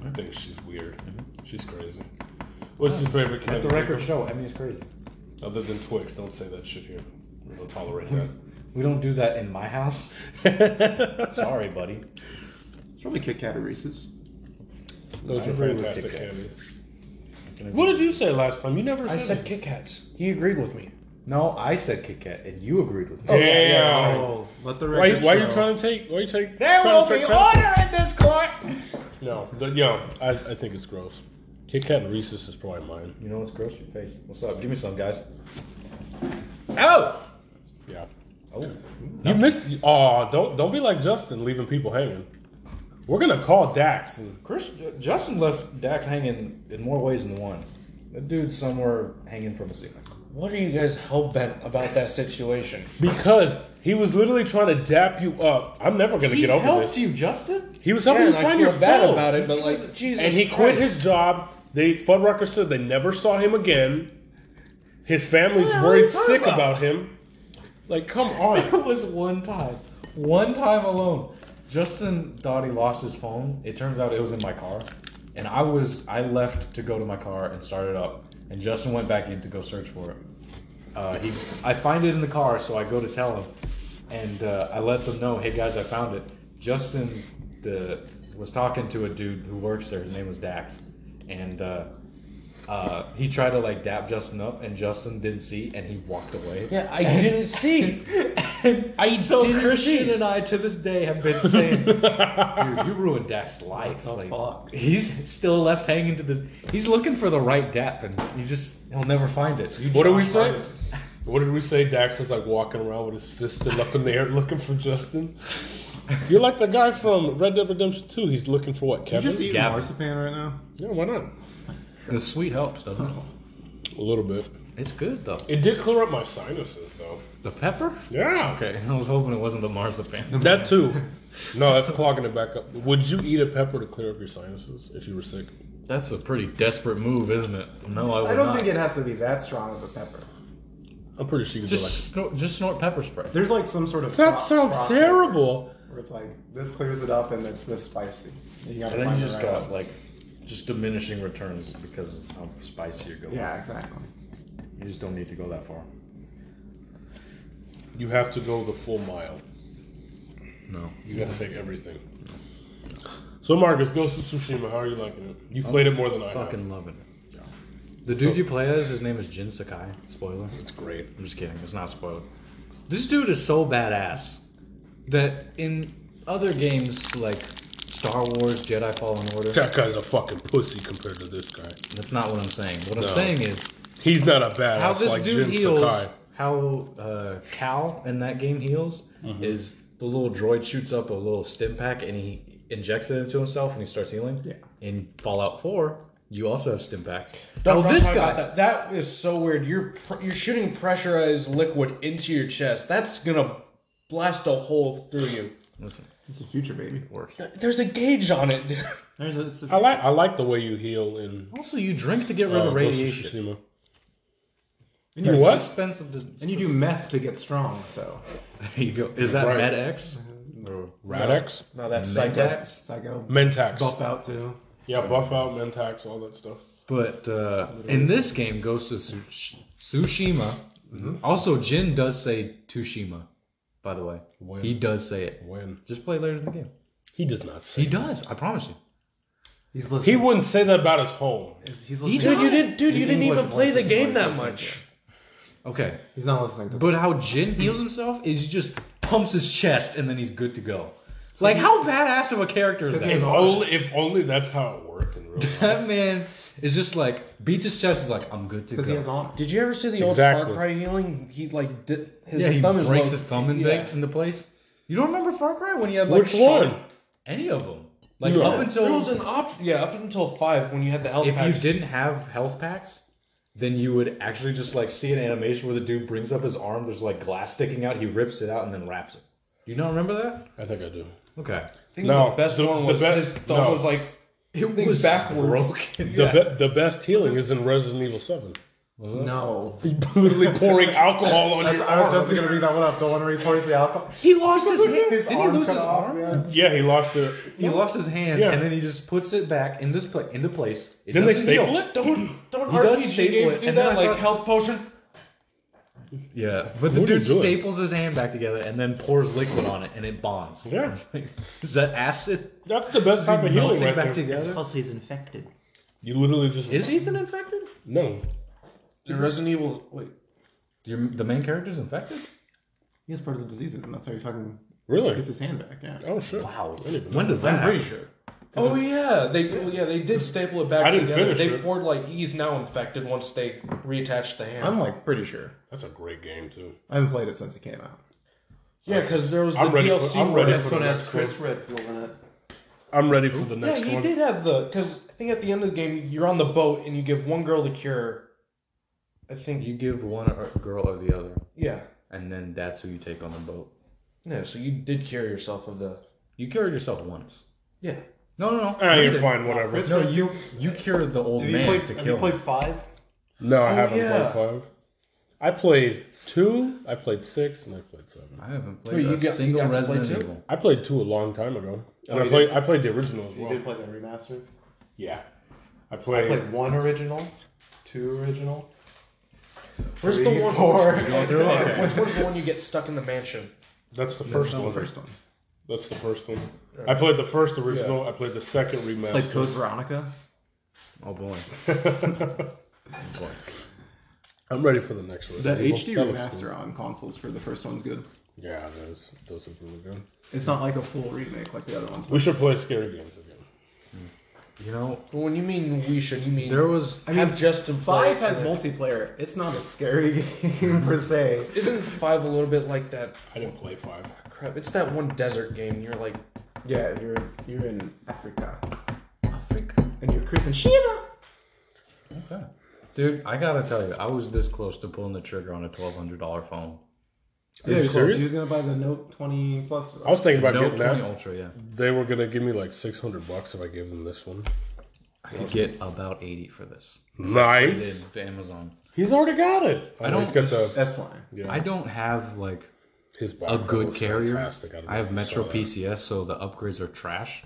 I think she's weird. She's crazy. What's your Let favorite candy? the record Jacob? show. I mean, it's crazy. Other than Twix, don't say that shit here. We don't tolerate that. We don't do that in my house. Sorry, buddy. It's probably Kit Kat or Reese's. Those I are agree with Kit fantastic Kat. candies. What did you say last time? You never I said. said Kit Kats. He agreed with me. No, I said Kit Kat, and you agreed with me. Damn. Oh, let the Why, record why show. you trying to take? Why you take? There trying to will take be credit? Oh, order in this court. No, but yo, I, I think it's gross. Kit Kat and Reese's is probably mine. You know what's gross? Your face. What's up? Give me some, guys. Oh, Yeah. Oh, You missed. Oh, don't don't be like Justin, leaving people hanging. We're gonna call Dax. And, Chris Justin left Dax hanging in more ways than one. That dude's somewhere hanging from a ceiling. what are you guys hell bent about that situation? because he was literally trying to dap you up. I'm never gonna get over helped this. you, Justin. He was helping Yeah, you and I find feel your bad phone. about it, but like Jesus, and he quit Christ. his job. They Fuddruckers said they never saw him again. His family's worried sick about? him. Like, come There on. was one time, one time alone. Justin thought he lost his phone. It turns out it was in my car, and I was I left to go to my car and start it up, and Justin went back in to go search for it. Uh, he, I find it in the car, so I go to tell him, and uh, I let them know, hey guys, I found it. Justin the was talking to a dude who works there. His name was Dax, and. Uh, uh, he tried to like dap Justin up, and Justin didn't see, and he walked away. Yeah, I didn't see. I so didn't Christian see. and I to this day have been saying, "Dude, you ruined Dak's life." What the fuck? He's still left hanging to this. He's looking for the right dap, and he just he'll never find it. You What do we just- say? What did we say? Dax is like walking around with his fist still up in the air looking for Justin. You're like the guy from Red Dead Redemption 2. He's looking for what, You Kevin? just eating Gavin. marzipan right now? yeah, why not? The sweet helps, doesn't it? A little bit. It's good though. It did clear up my sinuses, though. The pepper? Yeah. Okay, I was hoping it wasn't the marzipan. That too. No, that's clogging it back up. Would you eat a pepper to clear up your sinuses if you were sick? That's a pretty desperate move, isn't it? No, I would I don't not. think it has to be that strong of a pepper. I'm pretty sure you could be like. just snort, just snort pepper spray. There's like some sort of That pro- sounds process terrible. Where it's like this clears it up and it's this spicy. You gotta And then find you the just right got one. like just diminishing returns because of how spicy you're going. yeah, exactly. You just don't need to go that far. You have to go the full mile. No. You gotta take everything. So, Marcus, Ghost of Tsushima, how are you liking it? You played it more than I have. Fucking loving it. The dude you play as, his name is Jin Sakai. Spoiler. It's great. I'm just kidding. It's not spoiled. This dude is so badass that in other games like Star Wars, Jedi Fallen Order, That guy's a fucking pussy compared to this guy. that's not what I'm saying. What No. I'm saying is He's not a badass how this like dude Jin heals, Sakai. how uh, Cal in that game heals, Mm-hmm. is the little droid shoots up a little stim pack and he injects it into himself and he starts healing. Yeah. In Fallout 4, you also have stim packs. Don't oh, don't this talk about guy. that. that is so weird. You're pr- you're shooting pressurized liquid into your chest. That's gonna blast a hole through you. Listen, It's the future, baby. There's a gauge on it, dude. There's a, it's a, I like I like the way you heal in also, you drink to get rid uh, of radiation. Ghost of Tsushima. and you, What? Expensive. to- And you do meth to get strong. So There you go. Is that Right. MedX? Or Radex, No, that's psycho. Mendax? psycho Mentax. buff out too. Yeah, buff out, Mentax, all that stuff. But uh, in this game, Ghost of Tsu- Tsushima. Mm-hmm. Also, Jin does say Tushima, by the way. When? He does say it. When Just play later in the game. he does not say, He does. I promise you. He's listening. he wouldn't say that about his home. He's He listening. did- Dude, you didn't. Dude, you The didn't even English play the voices game voice that is much. Okay. He's not listening to. But how Jin heals himself is he just pumps his chest and then he's good to go. Like how badass of a character is If that? only, if only that's how it worked in real life. That man is just like beats his chest. Is like I'm good to Because he has go. honor. Did you ever see the old Exactly. Far Cry healing? He like did, his Yeah, he thumb is breaks low- his thumb in yeah. yeah. into place. You don't remember Far Cry when he had like Which sharp- one? Any of them? Like No. up There was until an option. Yeah, up until five when you had the health. if you packs. didn't have health packs, then you would actually just like see an animation where the dude brings up his arm. There's like glass sticking out. He rips it out and then wraps it. You don't remember that? I think I do. Okay. I think No, the best the- one the was best- his thumb no. was like It Thing backwards. broken. The, be- the best healing is in Resident Evil Seven. No. Literally pouring alcohol on That's, your I was arm. just gonna bring that one up. The one where he pours the alcohol. He lost his hand. His Did he arm's lose cut his off. arm? Yeah. Yeah, he lost it. He lost his hand, Yeah. and then he just puts it back in this pla- into place. It Didn't they doesn't staple heal. it? don't don't He does RPG staple games it, do and then that I like thought- health potion. Yeah, but the What are you dude doing? staples his hand back together and then pours liquid on it, and it bonds. Yeah, Is that acid? that's the best type Melting of healing right back there. together. Plus, he's infected. You literally just Is Ethan infected? no. The Resident Evil. Wait, Your, the main character's infected. He has part of the disease in him. That's how he fucking gets Really? his hand back. Yeah. Oh shit! Wow. I didn't know. When does that? I'm pretty sure. Oh yeah, they well, yeah they did staple it back I didn't together. finish They it. poured like he's now infected once they reattached the hand. I'm like pretty sure. That's a great game too. I haven't played it since it came out. yeah, because there was the I'm ready for- DLC. I'm where- ready for the next one. Redfield in it. I'm ready for the yeah, next he one. did have the because I think at the end of the game you're on the boat and you give one girl the cure. I think You give one or- girl or the other, yeah and then that's who you take on the boat. no, so you did cure yourself of the You cured yourself once. yeah. No, no, no. Ah, you you're didn't. fine. Whatever. Chris- No, you you cured the old Have you man played? to Have kill. you him. played five? No, I Oh, haven't yeah. played five. I played two, I played six, and I played seven. I haven't played Wait, a you got- you single got to play Resident too? Evil. I played two a long time ago, and I you played I played the original as You well. did play the remaster. Yeah, I played. Played one original, two original. Where's Three, the one? four. Which one's the one you get stuck in the mansion? that's the first one. one. That's the first one. I played the first original. I played the second Played Code remaster. Veronica. Oh boy. boy. I'm ready for the next one. The HD That looks cool. remaster on consoles for the first one's good. Yeah, those those are really good. It's not like a full remake like the other ones. We should play scary games again. You know, When you mean we should, you mean there was I have Justin Five play has and- multiplayer. It's not a scary game per se. Isn't five a little bit like that? I didn't play five. Crap! It's that one desert game. You're like, Yeah, you're you're in Africa Africa. and you're Chris and Shiva. Okay. Dude, I gotta tell you, I was this close to pulling the trigger on a twelve hundred dollar phone. you serious? He was gonna buy the Note 20 Plus. I was thinking about No getting twenty that. ultra, yeah. They were gonna give me like six hundred bucks if I gave them this one. I could get about eighty for this. I did Nice. to Amazon. He's already got it. I don't- He's got the That's fine. Yeah. I don't have like His a backup good was carrier. fantastic. don't know I have if you Metro saw that. PCS, so the upgrades are trash.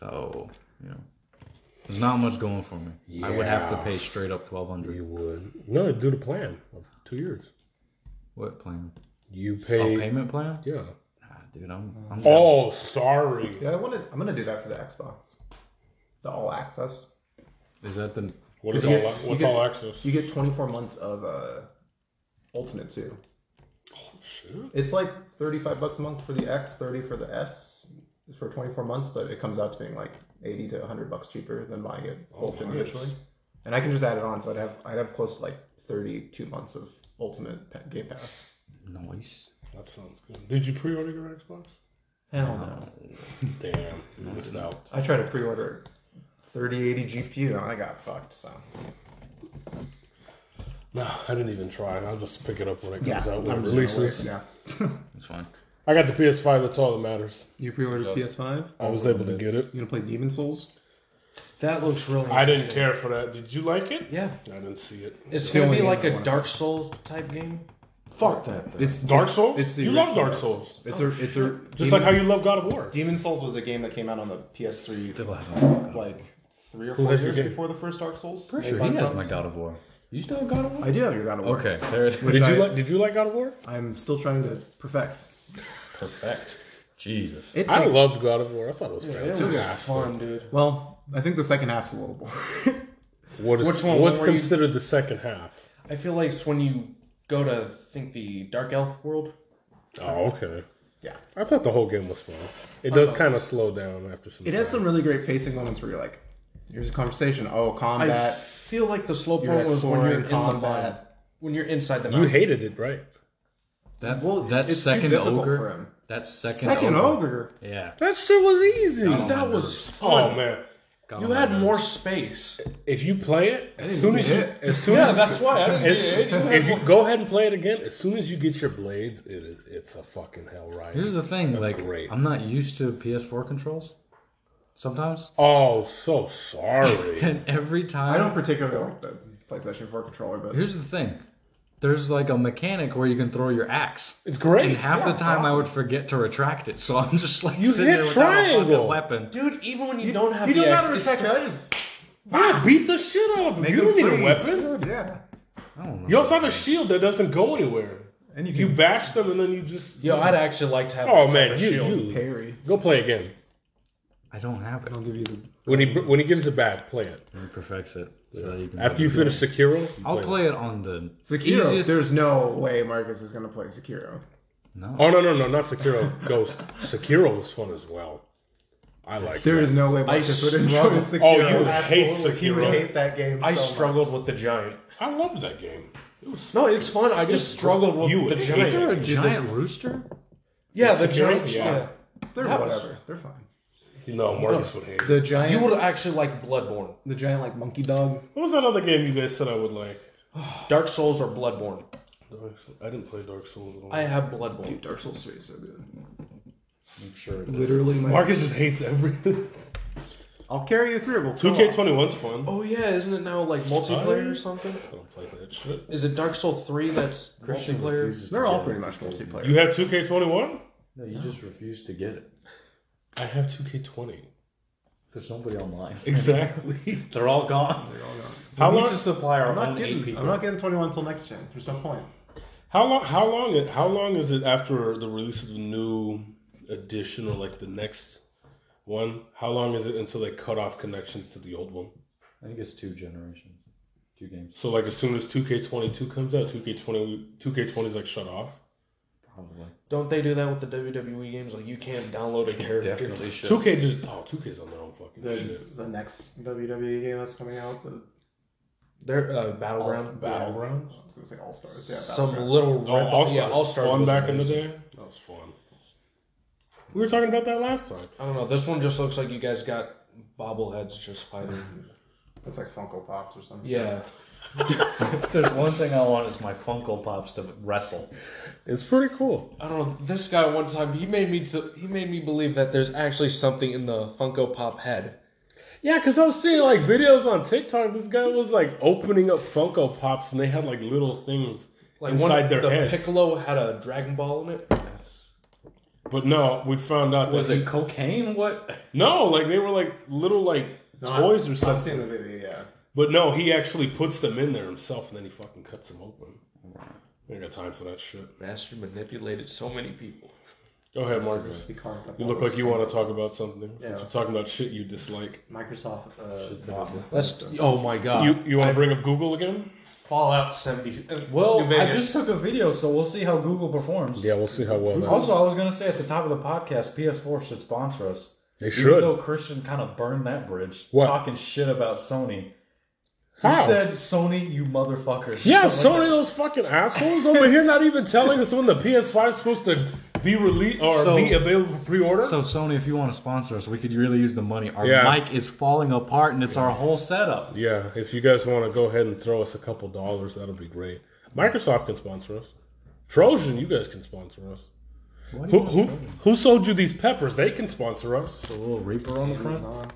So you know, there's not much going for me. I would have to Yeah. pay straight up twelve hundred. You would no do the plan of two years. What plan? You Oh, pay. payment plan? Yeah, Ah, dude. I'm, I'm Oh, sorry. Yeah, I wanted, I'm gonna do that for the Xbox. The all access. Is that the What is You all? get- you What's get- all access? You get 24 months of uh, Ultimate too. Oh, Shit. It's like 35 bucks a month for the X, 30 for the S for 24 months, but it comes out to being like 80 to 100 bucks cheaper than buying it both nice. individually. And I can just add it on, so I'd have I'd have close to like 32 months of Ultimate pa- Game Pass. noise? That sounds good. Did you pre-order your Xbox? Hell no! Damn, you missed out. I tried to pre-order a 3080 GPU and I got fucked. So No, I didn't even try. I'll just pick it up when it comes out. When I'm it just gonna releases. wait, yeah. That's fine. I got the PS5. That's all that matters. You pre-ordered PS5? I was able to get it. You gonna play Demon Souls? That looks really. I didn't interesting. care for that. Did you like it? Yeah, I didn't see it. it's the gonna only be game like I a wanna Dark Souls type game. Fuck that. Though. It's Dark Souls. It's the you love original Dark Dark Souls, it's a it's a just Demon- like how you love God of War. Demon Souls was a game that came out on the PS3 Still have my God. like three or Who four has your years game? before the first Dark Souls. Pretty sure he has my God of War. You still have God of War? I do have your God of War. Okay, there it Which is. Did you I- like? Did you like God of War? I'm still trying to perfect. Perfect. Jesus. It I takes- loved God of War. I thought it was It fantastic. was fun, dude. Well, I think the second half's a little boring. What is, Which one- What's what were you- considered the second half? I feel like it's when you go to I think the Dark Elf world. Oh, okay. yeah. I thought the whole game was fun. It does kind of slow down after some. It has some really great pacing moments where you're like, here's a conversation. Oh, I combat. feel like the slow You're part was when exploring you're in the combat. mine, when you're inside the You mountain. hated it, right? That, Well, that it's too second difficult ogre. for him. That second, Second ogre. ogre. Yeah. That shit was easy. Got on that my was nerves. Oh man, Got You on my had nerves. more space. if you play it as soon as you, hit. as soon as that's why I As- if you go ahead and play it again, as soon as you get your blades, it is it's a fucking hell ride. Here's the thing, like great. I'm not used to PS4 controls. Sometimes, oh, so sorry. and every time I don't particularly like the PlayStation 4 controller, but Here's the thing. There's like a mechanic where you can throw your axe. it's great. And half Yeah, the it's time I awesome. would forget to retract it, so I'm just like You sitting hit there without a triangle. fucking weapon. Dude, even when you, don't have you the don't X, have to it's respect still- it. I just yeah, beat the shit out of him. make You him don't need a freeze. weapon. Yeah. I don't know. You also have a shield that doesn't go anywhere. And you You can bash them and then you just Yo, I'd actually like to have. oh that man, type you, of shield. you- parry. go play again. I don't have it. I'll give you the. When he when he gives it back, play it. He perfects it so that you can. After you finish Sekiro, I'll play it on the Sekiro. easiest. There's no way Marcus is going to play Sekiro. No, Oh no no no, not Sekiro. Ghost. Sekiro was fun as well. I like. There is no way Marcus would enjoy struggle- Sekiro. Oh, you hate Absolutely. He would Sekiro. hate that game. I so much. struggled with the giant. I loved that game. It was No, it's fun. I just struggled with You the would hate giant. They're a giant rooster. Yeah, the Security? giant. Yeah. Yeah. They're That was- whatever. They're fine. no Marcus would hate. It. The giant, You would actually like Bloodborne, the giant like monkey dog. What was that other game you guys said I would like? Dark Souls, or Bloodborne. Dark Souls. I didn't play Dark Souls at all. I have Bloodborne. Dark Souls Three is so good. I'm sure it is. Literally, my, Marcus just hates everything. I'll carry you through. We'll Two co-op. K twenty one's fun. Oh yeah, isn't it now like multiplayer or something? I don't play that shit. Is it Dark Souls three that's multiplayer? refuses to They're get all it. pretty much multiplayer. You have two K twenty one. No, you just refuse to get it. I have two K twenty. There's nobody online. Exactly. They're all gone. how we long? need to supply our I'm own not eight getting. people. I'm not getting 21 until next gen. There's no point. How long? How long? it- How long is it after the release of the new edition or like the next one? How long is it until they cut off connections to the old one? I think it's two generations, two games. So like as soon as two K twenty two comes out, two K twenty two K twenty is like shut off. Probably. Don't they do that with the WWE games? Like you can't download a character. Definitely should. Two K just oh 2K's on their own fucking The, shit. the next WWE game that's coming out. The They're uh, battleground. I Battlegrounds. was gonna say All Stars. Yeah. Some Battleground. little Oh, rip- All-Stars. yeah, all stars. Fun back in the day. That was fun. We were talking about that last time. I don't know. This one just looks like you guys got bobbleheads just fighting. It's like Funko Pops or something. yeah. If there's one thing I want is my Funko Pops to wrestle. It's pretty cool. I don't know. This guy one time he made me so, he made me believe that there's actually something in the Funko Pop head. Yeah, because I was seeing like videos on TikTok. This guy was like opening up Funko Pops, and they had like little things Like inside one, their the heads. Piccolo had a Dragon Ball in it. But no, we found out that Was he- it cocaine? What? no, like they were like little like No, toys I've- or I've seen something. the video. Yeah. But no, he actually puts them in there himself, and then he fucking cuts them open. I ain't got time for that shit. Master manipulated so many people. Go ahead, Marcus. We carved up You all look this. like you want to talk about something. Since Yeah. you're talking about shit you dislike. Microsoft uh, That's oh my god. you you want to bring up Google again? Fallout 70. uh, Well, New I Vegas. just took a video, so we'll see how Google performs. Yeah, we'll see how well that. Also, I was gonna say at the top of the podcast, PS4 should sponsor us. they Even should. though Christian kind of burned that bridge, What? talking shit about Sony. How? He said, "Sony, you motherfuckers." yeah, Something Sony, like those fucking assholes over here, not even telling us when the PS5 is supposed to be released or So- be available for pre-order. that. So Sony, if you want to sponsor us, we could really use the money. Our Yeah. mic is falling apart, and it's our whole setup. yeah, if you guys want to go ahead and throw us a couple dollars, that'll be great. Microsoft can sponsor us. Trojan, you guys can sponsor us. What do Who you who who sold you these peppers? They can sponsor us. a little reaper on the front. Amazon.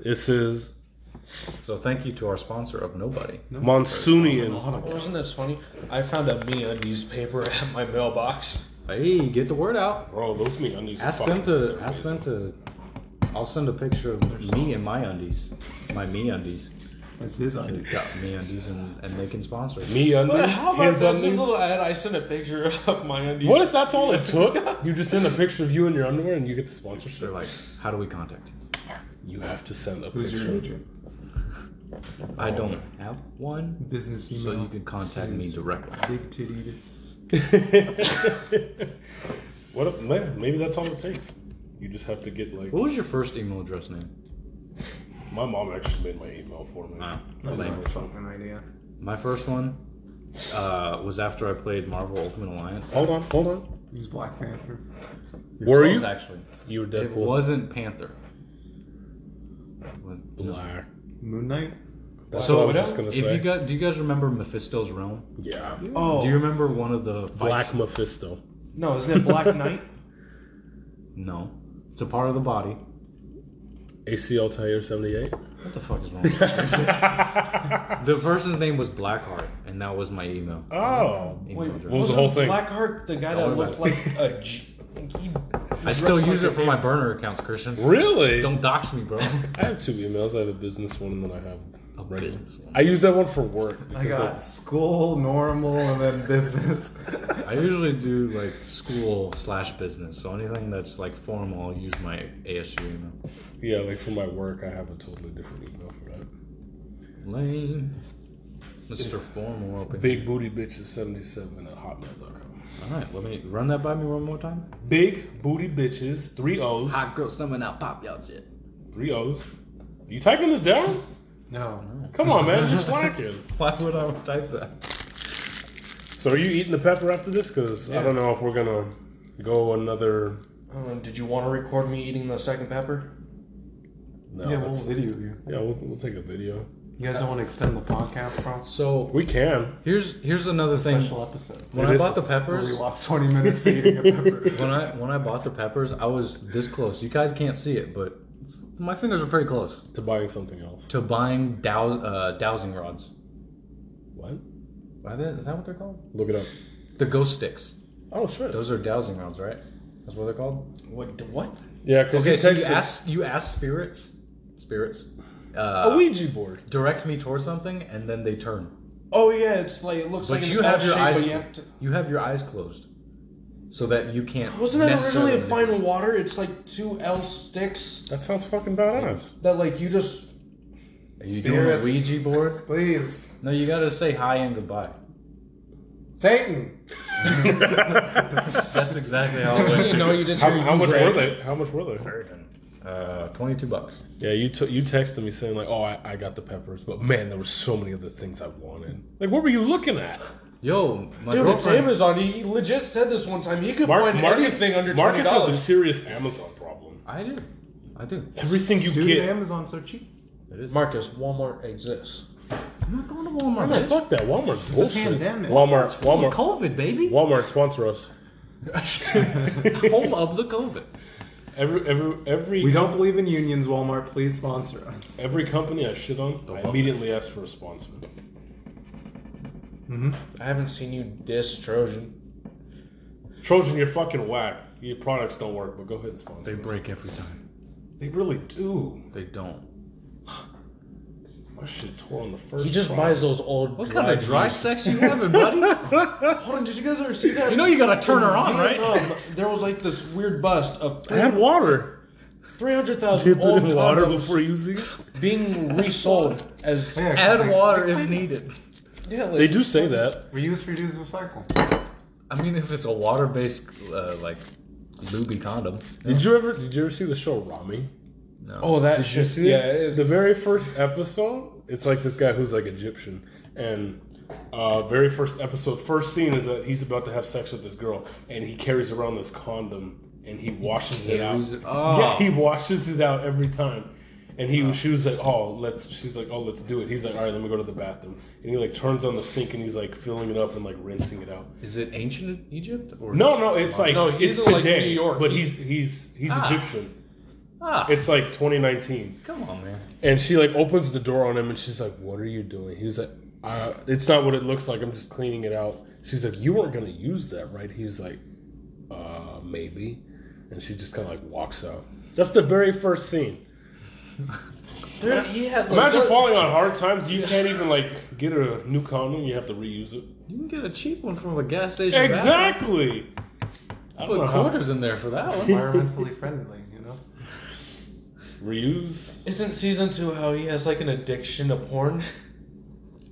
This is So thank you to our sponsor of nobody. Monsoonian. Wasn't that funny? I found a Mia newspaper at my mailbox. Hey, get the word out. Bro, those me undies. are Ask them fucking to ask amazing. them to. I'll send a picture of me and my undies, my me undies. That's his They idea. got me undies, and, and they can sponsor. us. Me undies? His undies? ad? I sent a picture of my undies. What if that's all it took? You just send a picture of you in your underwear and you get the sponsorship. They're like, how do we contact? you?" You have to send a Who's your picture. agent? I don't have one, Business so email. you can contact me directly. Big titty. what if, man, maybe that's all it takes. You just have to get like What was your first email address name? my mom actually made my email for me. Ah, That's Lame. not a fucking idea. My first one uh, was after I played Marvel Ultimate Alliance. Hold on, hold on. He's Black Panther. You're Were close, you? actually? You were It Deadpool. wasn't Panther. What- no. Black. Moon Knight? That's So what I was just gonna if say. you got, do you guys remember Mephisto's realm? yeah. Oh, Do you remember one of the Black fights? Mephisto. no, isn't it Black Knight? No, it's a part of the body. ACL Tire 78. What the fuck is wrong? with you? the person's name was Blackheart, and that was my email. Oh. email Wait, address. What was the whole thing? Blackheart, the guy that looked like a. G- he, Oh, I still use it for my burner accounts, Christian. Really? Don't dox me, bro. I have two emails. I have a business one and then I have A regular. business one. I use that one for work. I because got school, normal, and then business. I usually do like school slash business, so anything that's like formal, I'll use my ASU email. that- yeah, like for my work, I have a totally different email for that. Lame, Mr. Formal. Open. Big booty bitches 77 at hotmail.com. All right, let me run that by me one more time. Big booty bitches, three O's, girls coming out, pop y'all shit. three O's. You typing this down? No. Come on, man, you're slacking. Why would I type that? So are you eating the pepper after this? Because I don't know if we're gonna go another. Um, did you want to record me eating the second pepper? No, yeah, we'll that's- video you. yeah, we'll, we'll take a video. You guys don't want to extend the podcast process? So We can. here's here's another thing. Special episode. When It I is- bought the Where we peppers, lost 20 minutes to eating a pepper. when I when I bought the peppers, I was this close. You guys can't see it, but my fingers are pretty close To buying something else. to buying dow, uh, dowsing rods. What? Are they, is that what they're called? Look it up. The ghost sticks. Oh, sure. Those are dowsing rods, right? That's what they're called. What? What? Yeah, because Okay, you so you texted- ask you ask spirits, spirits, uh, a Ouija board. direct me towards something, and then they turn. Oh yeah, it's like it looks But like you an L have your shape, eyes but you clo- have to. you have your eyes closed, so that you can't. Wasn't that necessarily originally in manipulate. Final Water? It's like two L sticks That sounds fucking badass. that like you just. Are you doing a Spirits. Ouija board? Please. No, you gotta say hi and goodbye. Satan! That's exactly Oh, how you know, you just. How, hear how you much were break. they? How much were they? Uh, twenty-two bucks. Yeah, you t- you texted me saying like, oh, I, I got the peppers, but man, there were so many other things I wanted. Like, what were you looking at? Yo, my Dude, it's girlfriend. Amazon. He legit said this one time. He could find anything under twenty Marcus has a dollars. serious Amazon problem. I do, I do. Everything you Dude, get. Amazon's so cheap. Marcus, Walmart exists. I'm not going to Oh, Walmart. man, man. fuck that. Walmart's bullshit. pandemic. Walmart, With Walmart, COVID, baby. Walmart sponsor us. Home of the COVID. Every every every We don't believe in unions, Walmart. Please sponsor us. every company I shit on, I immediately ask for a sponsor. Mm-hmm. I haven't seen you diss Trojan. Trojan, you're fucking whack. Your products don't work, but go ahead and sponsor. They us. break every time. They really do. They don't. My shit tore on the first. He just try. buys those old. What kind of dry juice. sex you having, buddy? Hold on, did you guys ever see that? You know you gotta turn her on, In right? Vietnam, There was like this weird bust of I had water. three hundred Dip thousand it old in water condoms before using it. being resold as Add water if needed. yeah, like, They do say that. Reuse, reduce, recycle. I mean, if it's a water-based uh, like luby condom, Did you ever? Did you ever see the show Rami? no. Oh, that Did you shit. see yeah, it? it is- The very first episode, it's like this guy who's like Egyptian, and uh, very first episode, first scene is that he's about to have sex with this girl, and he carries around this condom and he washes it out. carries it- Oh. Yeah, he washes it out every time. And he, she was like, "Oh, let's." She's like, "Oh, let's do it." He's like, "All right, let me go to the bathroom." And he like turns on the sink and he's like filling it up and like rinsing it out. Is it ancient Egypt or No, no, it's like No, it's he's today, like New York. but he's he's he's Egyptian. Ah, It's like 2019. come on, man. And she like opens the door on him and she's like, What are you doing? He's like, uh, It's not what it looks like. I'm just cleaning it out. She's like, You weren't going to use that, right? He's like, Uh, maybe. And she just kind of like walks out. That's the very first scene. Dude, he had like, Imagine what- falling on hard times. You can't even like get a new condom. You have to reuse it. You can get a cheap one from a gas station. bathroom. Exactly. I don't know Put how- quarters in there for that one. Environmentally friendly, you know? Reuse. Isn't season two how he has like an addiction to porn?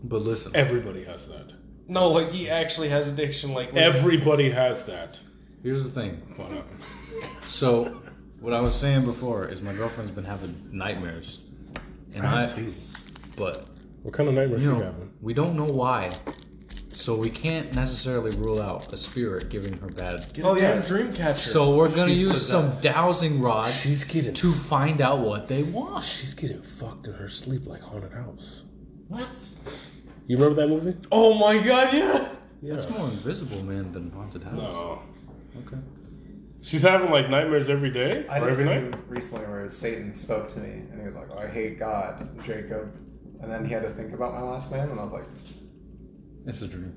But listen, Everybody has that. No, like he actually has addiction. Like Everybody has that. here's the thing. What happened? So, what I was saying before is my girlfriend's been having nightmares, and I. But What kind of nightmares you you, know, having? we don't know why, so we can't necessarily rule out a spirit giving her bad. oh yeah, yeah. dream catcher. So we're gonna She's use some possessed. dowsing rod She's getting to find out what they want. She's getting fucked in her sleep like haunted house. what? You remember that movie? Oh my god, yeah. Yeah. It's more invisible man than haunted house. No. Okay. She's having like nightmares every day I or did every a night. dream recently where Satan spoke to me and he was like, "Oh, I hate God, Jacob. And then he had to think about my last name and I was like, It's a dream.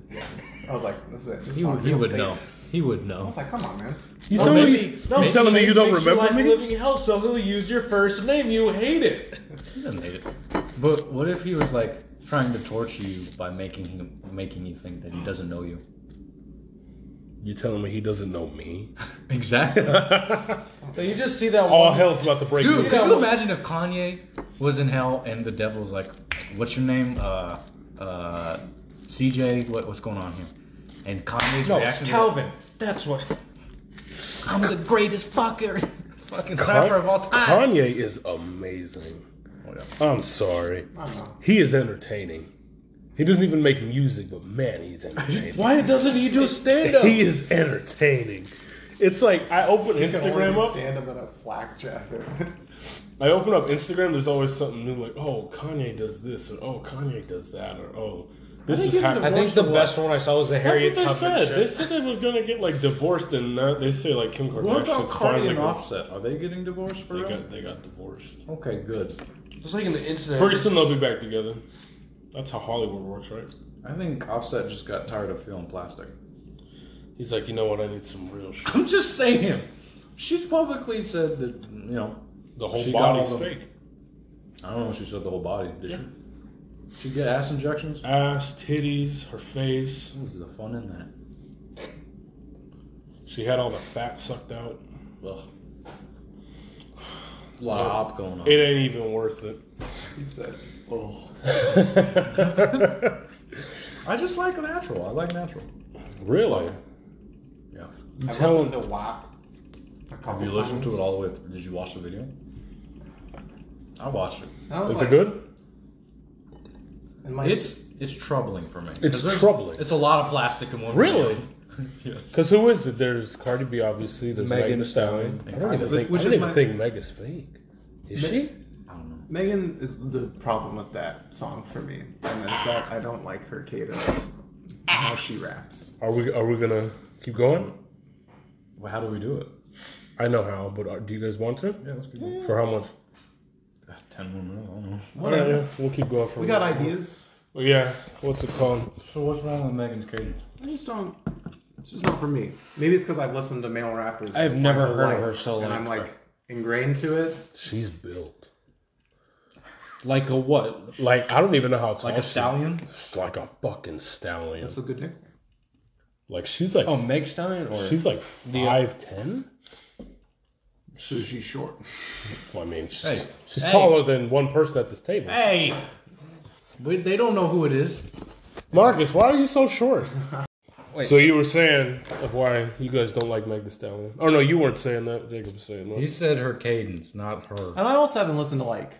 I was like, this is it. This He, is not would- he real would Satan. know. He would I know. was like, come on, man. You Or maybe- No, maybe- so telling me you don't makes remember like me? Living hell, so he'll use your first name. You hate it. He doesn't hate it. But what if he was like trying to torture you by making him making you think that he doesn't know you? You telling me he doesn't know me? Exactly. So you just see that All one. hell's about to break Dude, loose. could you imagine if Kanye was in hell and the devil's like, "What's your name? Uh, uh, CJ? What, what's going on here?" And Kanye's no, it's reaction. to Calvin. That's what. it, I'm the greatest fucker, fucking rapper of all time. Kanye is amazing. Whatever. I'm sorry. I don't know. He is entertaining. He doesn't even make music, but man, he's entertaining. Why doesn't he do stand up? He is entertaining. It's like I open You can only Instagram do up. Stand up in a flak jacket. I open up Instagram. There's always something new, like oh Kanye does this, or oh Kanye does that, or oh this is happening. I think the best one I saw was the Harriet That's what they said. Tubman shit. They said they was gonna get like divorced, and now they say like Kim Kardashian's What about Cardi finally and gonna- Offset? Are they getting divorced for They real? got they got divorced. Okay, good. It's like an incident. Pretty soon they'll be back together. That's how Hollywood works, right? I think Offset just got tired of feeling plastic. He's like, you know what? I need some real shit. I'm just saying. She's publicly said that you know. The whole She got body's all the- fake. I don't know. if She said the whole body. Did she? She get ass injections. Ass, titties, her face. What was the fun in that? She had all the fat sucked out. Ugh. A lot of hop going on. It ain't even worth it. he said, oh. I just like natural. I like natural. Really? Yeah. You I telling listened to WAP a couple Have you listened to times. it all the way through? Did you watch the video? I watched it. And I was Is like, it good? in my- It's it's troubling for me. It's 'Cause there's- troubling. It's a lot of plastic in one. Really? video. yes. Because who is it? There's Cardi B, obviously. There's Megan Megan Thee Stallion. Stallion. I don't even Which- think. which I don't is even my- think Mega's fake. Is Me- she? I don't know. Megan is the problem with that song for me, and is that I don't like her cadence, and how she raps. Are we? Are we gonna keep going? Well, how do we do it? I know how, but are, do you guys want to? Yeah, let's keep going. For how much? Ah, Ten more minutes. I don't know. All right, yeah, we'll keep going for. We got ideas. Well, yeah. What's it called? So what's wrong with Megan's cadence? I just don't. It's just not for me. Maybe it's because I've listened to male rappers. I've my never whole heard of life, her so and long, I'm but- like ingrained to it. She's built. Like a what? Like I don't even know how it's Like a stallion? Like a fucking stallion. That's a good tickle. Like she's like Oh, Meg Stein? Or she's like five ten. So she's short. Well, I mean, she's, Hey. she's Hey. taller than one person at this table. Hey! We, they don't know who it is. Marcus, why are you so short? Wait. So you were saying of why you guys don't like Meg Thee Stallion? Oh no, you weren't saying that. Jacob was saying You that. said her cadence, not her. And I also haven't listened to like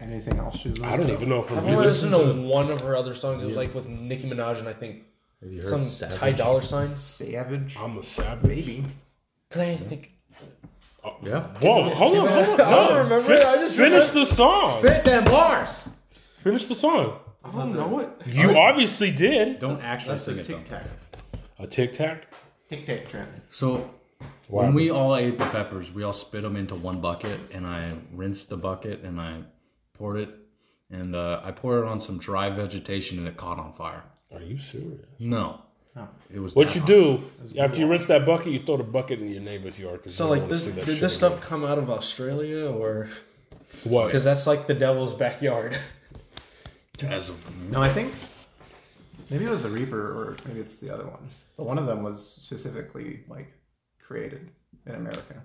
anything else she's. I don't even know if her I've only music. listened to one of her other songs. It was like with Nicki Minaj and I think Have you heard some Savage? Thai dollar signs. Savage. I'm a savage. Maybe. I think Yeah. Whoa, hold on, hold on. I don't No, remember fin- it, I just finish the song. Them Lars! Finish the song. I don't know it. You obviously did. Don't actually That's sing a it though. tic tac. A tic tac. Tic tac trend. So when we all ate the peppers, we all spit them into one bucket, and I rinsed the bucket and I poured it, and uh, I poured it on some dry vegetation, and it caught on fire. Are you serious? No, No. it was What that you hot. do after you rinse that bucket, you throw the bucket in your neighbor's yard because so. you don't Like want this, to see did that this shit stuff again. come out of Australia or? What? Because that's like the devil's backyard. As No, I think maybe it was the Reaper, or maybe it's the other one. But one of them was specifically like created in America.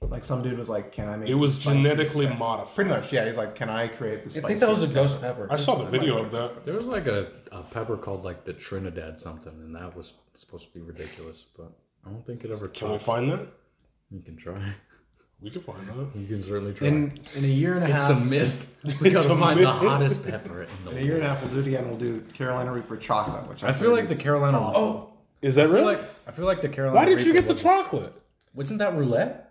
Like some dude was like, "Can I make?" it was spicy genetically pepper?" modified. Pretty much, yeah. He's like, "Can I create the?" I think that was a spiciest ghost pepper?" pepper. I saw the video of that. there was like a, a pepper called like the Trinidad something, and that was supposed to be ridiculous, but I don't think it ever. Can we Can find that? you can try. We can find that. You can certainly try. In in a year and a it's half. a myth. We It's gotta a find the myth. hottest pepper in the in a world. year and a half, we'll do it again. We'll do Carolina Reaper chocolate, which I, I feel heard like the is Carolina. awful. Is that I feel really? like I feel like the Carolina. Oh. Why did you Reaper get the wasn't- chocolate? Wasn't that roulette?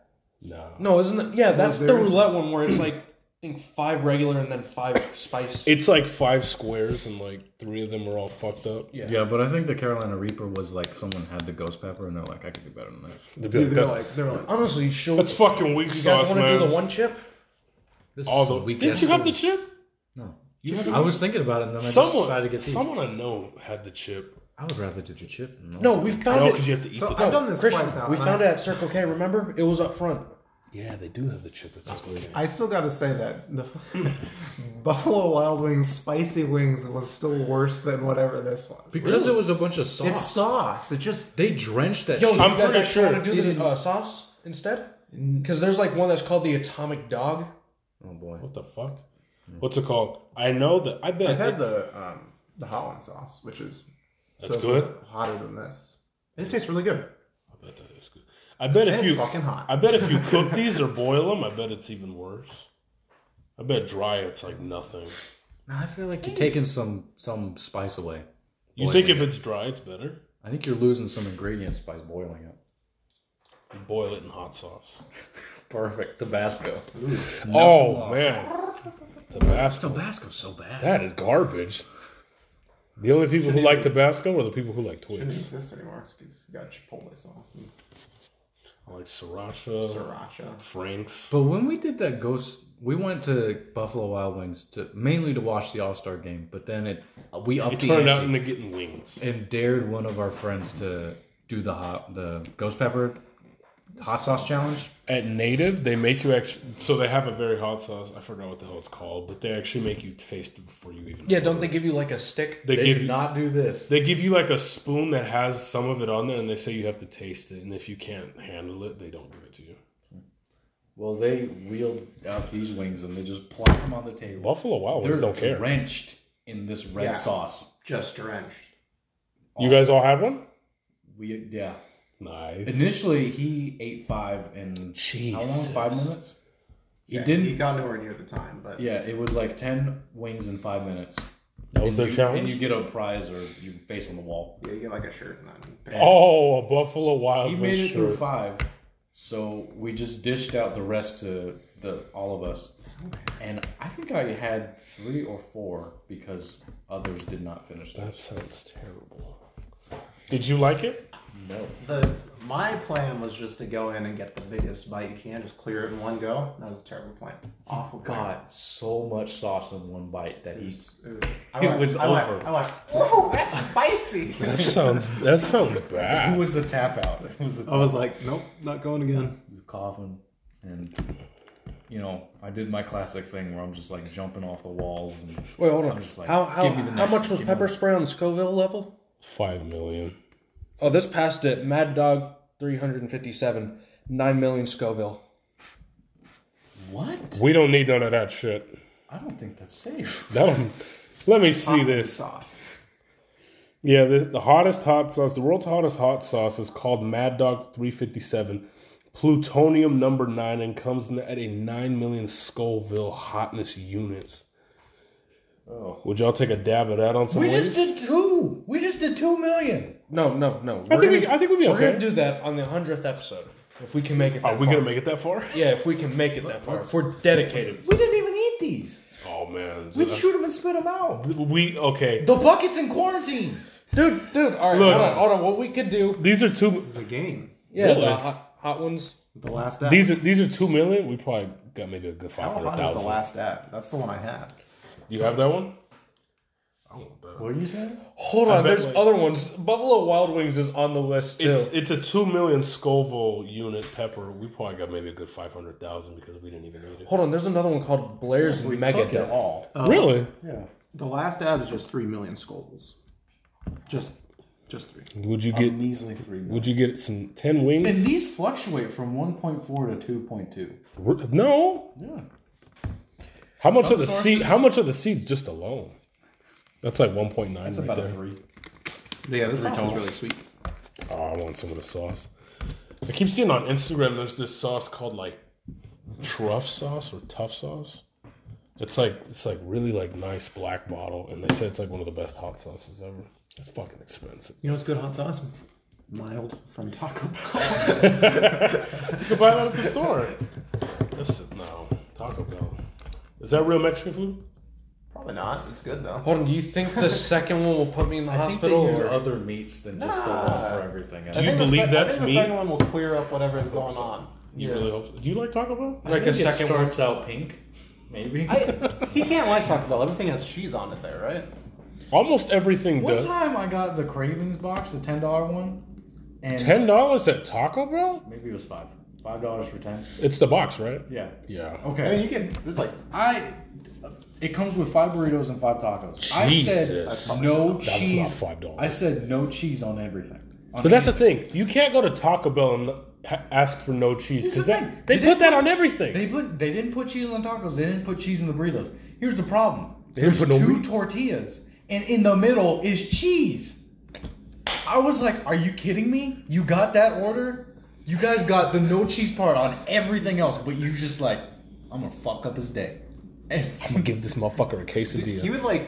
No. No, isn't it? Yeah, that's the there is- roulette one where it's like I think five regular and then five spice. It's like five squares and like three of them are all fucked up. Yeah. Yeah, but I think the Carolina Reaper was like someone had the ghost pepper and they're like, I could do better than this. They'd be Dude, like, they were "That- like, they were like, Honestly, sure. that's fucking weak you guys sauce, want to do man. the one chip? This all is the some weak didn't ass you have the food. chip? No. You had I was thinking about it and then I just decided to someone. get these. Someone I know had the chip. I would rather do the chip. No, we found No, it. because you have to eat oh, So the. I've done this Christian, twice now. we and found I, it at Circle K. Remember, it was up front. Yeah, they do have the chip. It's okay. I still gotta say that the Buffalo Wild Wings spicy wings was still worse than whatever this was. because it was a bunch of sauce. It's sauce. It just They drenched that. Yo, you shit. I'm guys pretty actually sure Mm. want to do the uh, sauce instead? Because there's like one that's called the Atomic Dog. oh boy. What the fuck? What's it called? I know that. I bet I've had it- the um, the Holland sauce, which is That's good? hotter than this. It tastes really good. I bet that is good. I bet And if it's you, fucking hot. I bet if you cook these or boil them, I bet it's even worse. I bet dry, it's like nothing. Now I feel like you're taking some some spice away. You think if it's dry, it's better. I think you're losing some ingredients by boiling it. You boil it in hot sauce. Perfect. Tabasco. oh man, Tabasco. Tabasco's so bad. That is garbage. The only people who like Tabasco are the people who like Shouldn't Twix. eat this anymore because you got Chipotle sauce and I like Sriracha, sriracha. Frank's. But when we did that ghost, we went to Buffalo Wild Wings to mainly to watch the All Star game. But then it we upped It the turned out ante into getting wings. and dared one of our friends to do the hot the ghost pepper hot sauce challenge. At Native, they make you actually. So they have a very hot sauce. I forgot what the hell it's called, but they actually make you taste it before you even. Yeah, don't they give you like a stick? They, They give did you not do this. They give you like a spoon that has some of it on there, and they say you have to taste it. And if you can't handle it, they don't give it to you. Well, they wheeled out these wings and they just plopped them on the table. Buffalo Wild They're Wings don't care. drenched in this red Yeah. sauce. Just drenched. You guys all had one. We yeah. Nice. Initially, he ate five in how long? Five minutes. He didn't. He got nowhere near the time, but Yeah, it was like ten wings in five minutes. That was and their you, challenge? And you get a prize or you face on the wall. yeah, you get like a shirt and then. Oh, a Buffalo Wild He Wings made it shirt. through five, so we just dished out the rest to the all of us. Oh. And I think I had three or four because others did not finish that. That sounds terrible. Did you like it? No, The my plan was just to go in and get the biggest bite you can, just clear it in one go. That was a terrible plan. Awful. plan. got so much sauce in one bite that he. It was, I It went- was I went- over. I went, oh, that's spicy. That sounds. That sounds It bad. was a tap out. It was a I was like, nope, not going again. coughing, and you know, I did my classic thing where I'm just like jumping off the walls and Wait, hold on. I'm just like, how how, give me the how next much one, was give me pepper the- spray on the Scoville level? Five million. Oh, this passed it. Mad Dog 357. 9 million Scoville. what? We don't need none of that shit. I don't think that's safe. That'll, let me see this. sauce. Yeah, the, the hottest hot sauce, the world's hottest hot sauce is called Mad Dog 357 Plutonium number 9 and comes in at a 9 million Scoville hotness units. Oh. Would y'all take a dab of that on some We wings? just did two. We just did two million. No, no, no. I think we, I think we'd be We're okay. going to do that on the 100th episode. If we can make it that Are we far. gonna make it that far? Yeah, if we can make it that far. If we're dedicated. We didn't even eat these. Oh man, We'd shoot them and spit them out. we okay. The bucket's in quarantine. Dude, dude, all right, Look. hold on, hold on. What we could do. These are two. It's a game. Yeah, Really? the hot, hot ones. The last app. These are these are two million. We probably got maybe a good I five don't hundred want the thousand. last app. That's the one I had. You have that one? I want that. What are you saying? Hold I on, bet, there's like- other ones. Buffalo Wild Wings is on the list too. It's it's a two million Scoville unit pepper. We probably got maybe a good five hundred thousand because we didn't even need it. Hold on, there's another one called Blair's Mega Took it Death. all. Uh, Really? The last app is just three million skulls. Just, just three. Um, Would you A get measly three. million. Would you get some ten wings? And these fluctuate from 1.4 to 2.2. R- No. Yeah. How much are the sources- seed? How much are the seeds just alone? That's like one point nine That's right about there. a three. Yeah, this sauce is total. really sweet. Oh, I want some of the sauce. I keep seeing on Instagram there's this sauce called like truff sauce or tough sauce. It's like it's like really like nice black bottle, and they say it's like one of the best hot sauces ever. It's fucking expensive. You know what's good hot sauce? Mild from Taco Bell. You can buy that at the store. Listen, no Taco Bell. Is that real Mexican food? Probably not. It's good though. Hold on, do you think the second one will put me in the I think they hospital? use Or... other meats than just the one for everything. eh? you believe that's I think meat? The second one will clear up whatever is going on. You really hope so. Do you like Taco Bell? I like a think it second one? starts out pink, maybe. I, he can't like Taco Bell. Everything has cheese on it there, right? Almost everything One does. time I got the Cravings box, the ten dollar one, and Ten dollars at Taco Bell? maybe it was five, five dollars for ten. It's the box, right? Yeah. I Yeah. mean, Okay. you can. There's like I. It comes with five burritos and five tacos. I Jesus. said no That was cheese. not five dollars. I said no cheese on everything. On But that's the thing. You can't go to Taco Bell and ha- ask for no cheese because the thing. that they, They put didn't that on everything. They put they didn't put cheese on tacos. They didn't put cheese in the burritos. Here's the problem. didn't There's put no two meat. tortillas, and in the middle is cheese. I was like, "Are you kidding me? You got that order? You guys got the no cheese part on everything else, but you just like, I'm gonna fuck up his day." And I'm gonna give this motherfucker a quesadilla. he would like.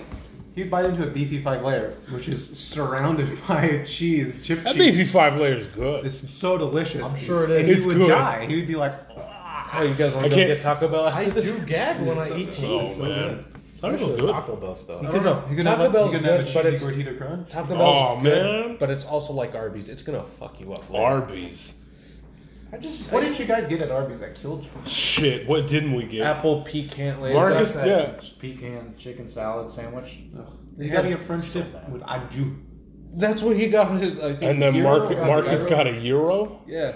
He'd bite into a beefy five layer, which is surrounded by cheese, chip that cheese. beefy five layer is good. It's so delicious. I'm sure it And is. he It's would good. die. He would be like, Oh, you guys want I to go can't- get Taco Bell? I do gag when I eat cheese. oh man, that was Especially good. Taco Bell stuff. don't know. You could Taco have, Bell's you could have a good, but cheesy it's- gordita crunch. Taco Bell's Oh, good, man. but it's also like Arby's. It's gonna fuck you up. later. Arby's. I just. What did you guys get at Arby's that killed you? Shit, what didn't we get? Apple pecan lays. Marcus, That's- yeah. Pecan chicken salad sandwich. You gotta get French dip with aju. That's what he got on his. I think, And then Euro Mark, or Marcus Euro. got a euro. Yeah.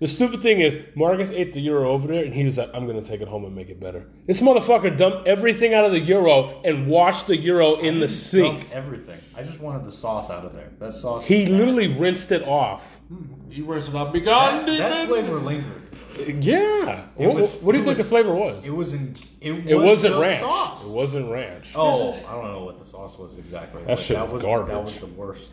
The stupid thing is, Marcus ate the euro over there, and he was like, "I'm gonna take it home and make it better." This motherfucker dumped everything out of the euro and washed the euro in the sink. Dump everything. I just wanted the sauce out of there. That sauce. He literally rinsed it off. You rinse it up. Be gone, that, that demon. flavor lingered. Yeah. What, was- what do you it was- think the flavor was? It wasn't. It, It was wasn't the ranch. Sauce. It wasn't ranch. Oh, I don't know what the sauce was exactly. but shit was garbage. That was the worst.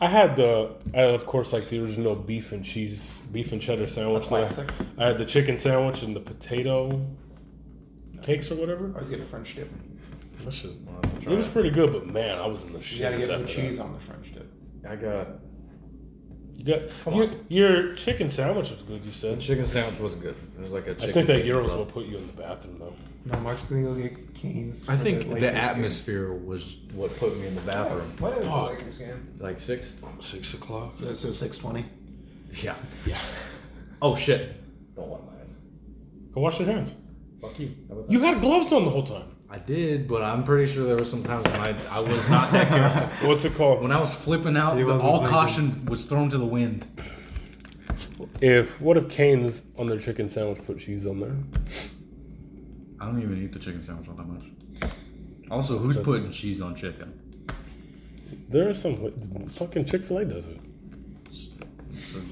I had the, I had, of course, like the original beef and cheese, beef and cheddar sandwich. Then I- classic. I had the chicken sandwich and the potato cakes or whatever. Always get a French dip. You That shit- it was pretty good, but man, I was in the shit gotta get after the that. cheese on the French dip. I got You got- your, your chicken sandwich was good. You said. chicken sandwich wasn't good. It was like a I chicken. think that bacon Euros rub. will put you in the bathroom though. No, Mark's gonna go get canes. I for think the Lakers atmosphere was what put me in the bathroom. game. What is the Lakers game? Like six. Six o'clock. So six twenty. Yeah. Yeah. oh shit. Don't want my eyes. Go wash your hands. Fuck you. How about that? You had gloves on the whole time. I did, but I'm pretty sure there were some times when I, I was not that careful. What's it called? When I was flipping out, He the, wasn't all thinking. caution was thrown to the wind. If what if Canes on their chicken sandwich put cheese on there? I don't even eat the chicken sandwich all that much. Also, who's putting cheese on chicken? There are some fucking Chick Fil A does it. It's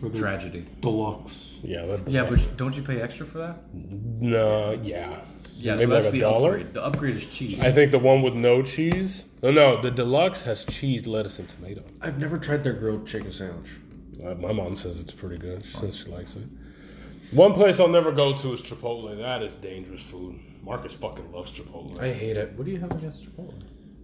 a tragedy. Deluxe. Yeah, that, Yeah, but don't you pay extra for that? no, yeah, Yeah, maybe like so that's a the dollar. upgrade. The upgrade is cheese. I think the one with no cheese. No, no, the deluxe has cheese, lettuce, and tomato. I've never tried their grilled chicken sandwich. Uh, My mom says it's pretty good. She says she likes it. One place I'll never go to is Chipotle. That is dangerous food. Marcus fucking loves Chipotle. I hate it. what do you have against Chipotle?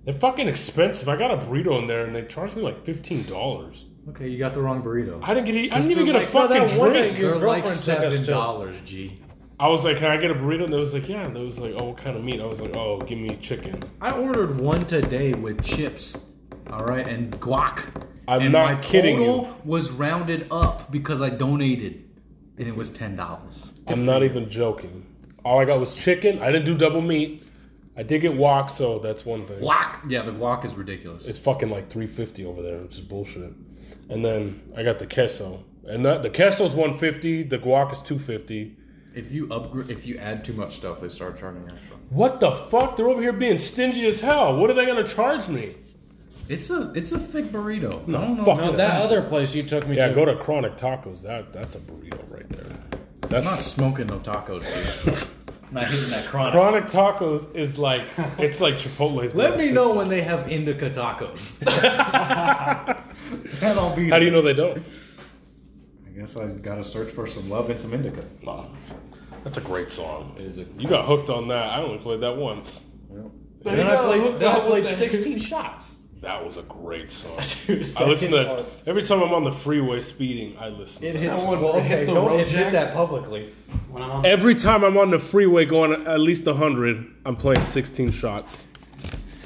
They're fucking expensive. I got a burrito in there and they charged me like fifteen dollars. Okay, you got the wrong burrito. I didn't get. Any, I didn't even get they're a like- no, fucking that one drink. that your They're like girlfriend took us seven to- dollars, G. I was like, "Can I get a burrito?" And they was like, "Yeah." And they was like, "Oh, what kind of meat?" I was like, "Oh, give me chicken." I ordered one today with chips, all right, and guac. I'm and not kidding total you. was rounded up because I donated, and it was ten dollars. I'm not even joking. All I got was chicken. I didn't do double meat. I did get wok, so that's one thing. Guac. Yeah, the guac is ridiculous. It's fucking like 350 over there. It's just bullshit. And then I got the queso. And that, the queso's 150, the guac is 250. if you upgrade, if you add too much stuff, they start charging extra. What the fuck? They're over here being stingy as hell. What are they going to charge me? It's a it's a thick burrito. No, I don't know. fuck no, that. That other place you took me Yeah, to. go to Chronic Tacos. That that's a burrito right there. I'm not smoking no tacos, dude. not hitting that chronic. Chronic Tacos is like it's like Chipotle's. Let better me know system. when they have indica tacos. That'll be. How do you know they don't? I guess I gotta search for some love and some indica. That's a great song. Is it? You got hooked on that. I only played that once. Then I played. Then I played sixteen shots. That was a great song. I listen to that every time I'm on the freeway speeding. I listen. to that. well, okay, the don't road admit jack? that publicly. When I'm on Every time I'm on the freeway going at least 100, I'm playing 16 shots.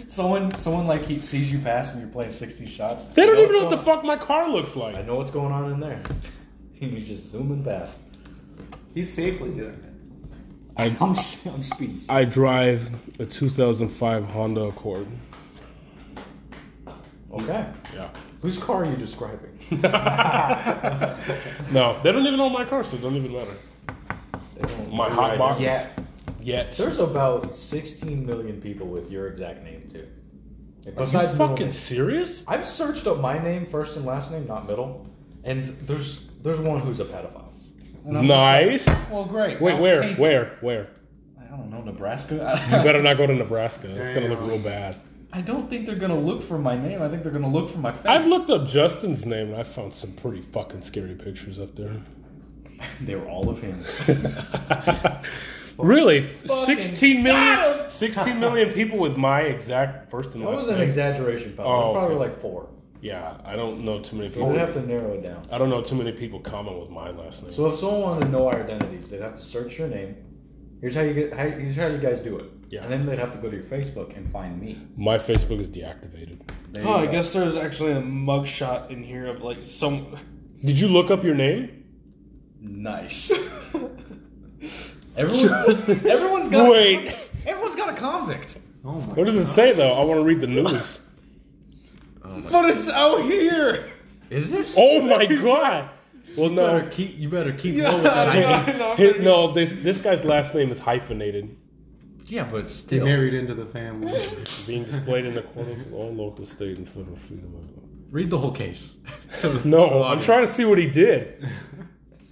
Someone, someone like he sees you pass and you're playing 60 shots. They don't know even know what what's the fuck my car looks going on. I like. know what's going on in there. He's just zooming past. He's safely doing it. I'm, I'm speeding. I drive a 2005 Honda Accord. Okay. Yeah. Whose car are you describing? No, they don't even know my car, so it doesn't even matter. They don't- My hot box. Yeah. Yet. There's about 16 million people with your exact name too. Are you Besides middle fucking name. serious? I've searched up my name first and last name, not middle, and there's there's one who's a pedophile. Nice. Well, great. Wait, That's where? tainted. Where? Where? I don't know Nebraska. You I, better not go to Nebraska. It's gonna look real bad. I don't think they're gonna look for my name. I think they're gonna look for my face. I've looked up Justin's name and I found some pretty fucking scary pictures up there. They were all of him. really? 16 million, 16 million people with my exact first and That was last an name? exaggeration, pal. Oh, there's probably okay. like four. yeah, I don't know too many So people. we'd have to narrow it down. I don't know too many people common with my last name. So if someone wanted to know our identities, they'd have to search your name. Here's how you get. How, here's how you guys do it. Yeah. And then they'd have to go to your Facebook and find me. my Facebook is deactivated. They, Oh, I guess there's actually a mugshot in here of like some. Did you look up your name? Nice. everyone, everyone's got. Wait. Everyone's got a convict. Oh my What does it say though? I want to read the news. But it's out here. Is it? oh my god. Well, You better no. keep. You better keep low with that. I think. His- no, this this guy's last name is hyphenated. Yeah, but He still. married into the family. Being displayed in the quarters of all local, state, and federal freedom. Read the whole case. Oh, No, I'm trying to see what he did.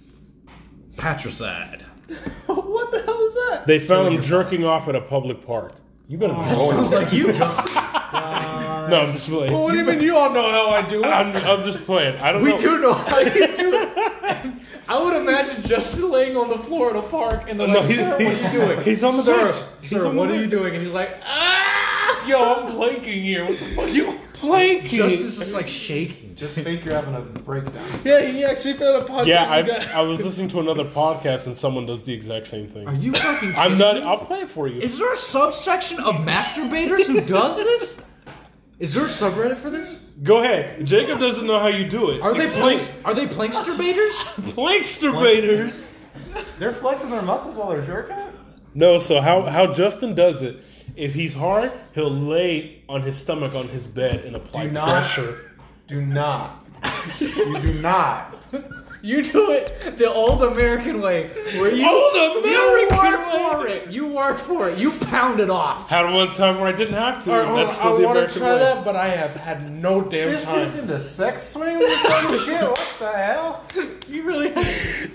Patricide. what the hell is that? They found him jerking off at a public park. You better be Oh, That going. sounds like you, Justin. No, I'm just playing. What do you mean you all know how Oh, I do it? I'm, I'm just playing. I don't We know. do know how you do it. I would imagine Justin laying on the floor in a park and they're No, like, he's- "Sir, what are he's- you doing? he's on the sir, bench. He's Sir, on the what are you bench." doing?" And he's like, "Ah, Yo, I'm planking here. What the fuck you? Planking. Justin's just like shaking." Just think you're having a breakdown. Yeah, he actually found a podcast. Yeah, he got- I, I was listening to another podcast and someone does the exact same thing. Are you fucking? I'm kidding not. me? I'll play it for you. Is there a subsection of masturbators who does this? Is there a subreddit for this? Go ahead. Jacob doesn't know how you do it. Are they Explain- planks? Are they planksterbators? Planksterbators? They're flexing their muscles while they're jerking. it? No. So how how Justin does it? If he's hard, he'll lay on his stomach on his bed and apply Do not- pressure. Do not You do not. You do it the old American way, where you Old American you worked for it. You worked for it. You pound it off. Had one time where I didn't have to. and that's Oh, I still the want to American try way. that, but I have had no damn This time. goes into sex swings or some shit. What the hell? You really.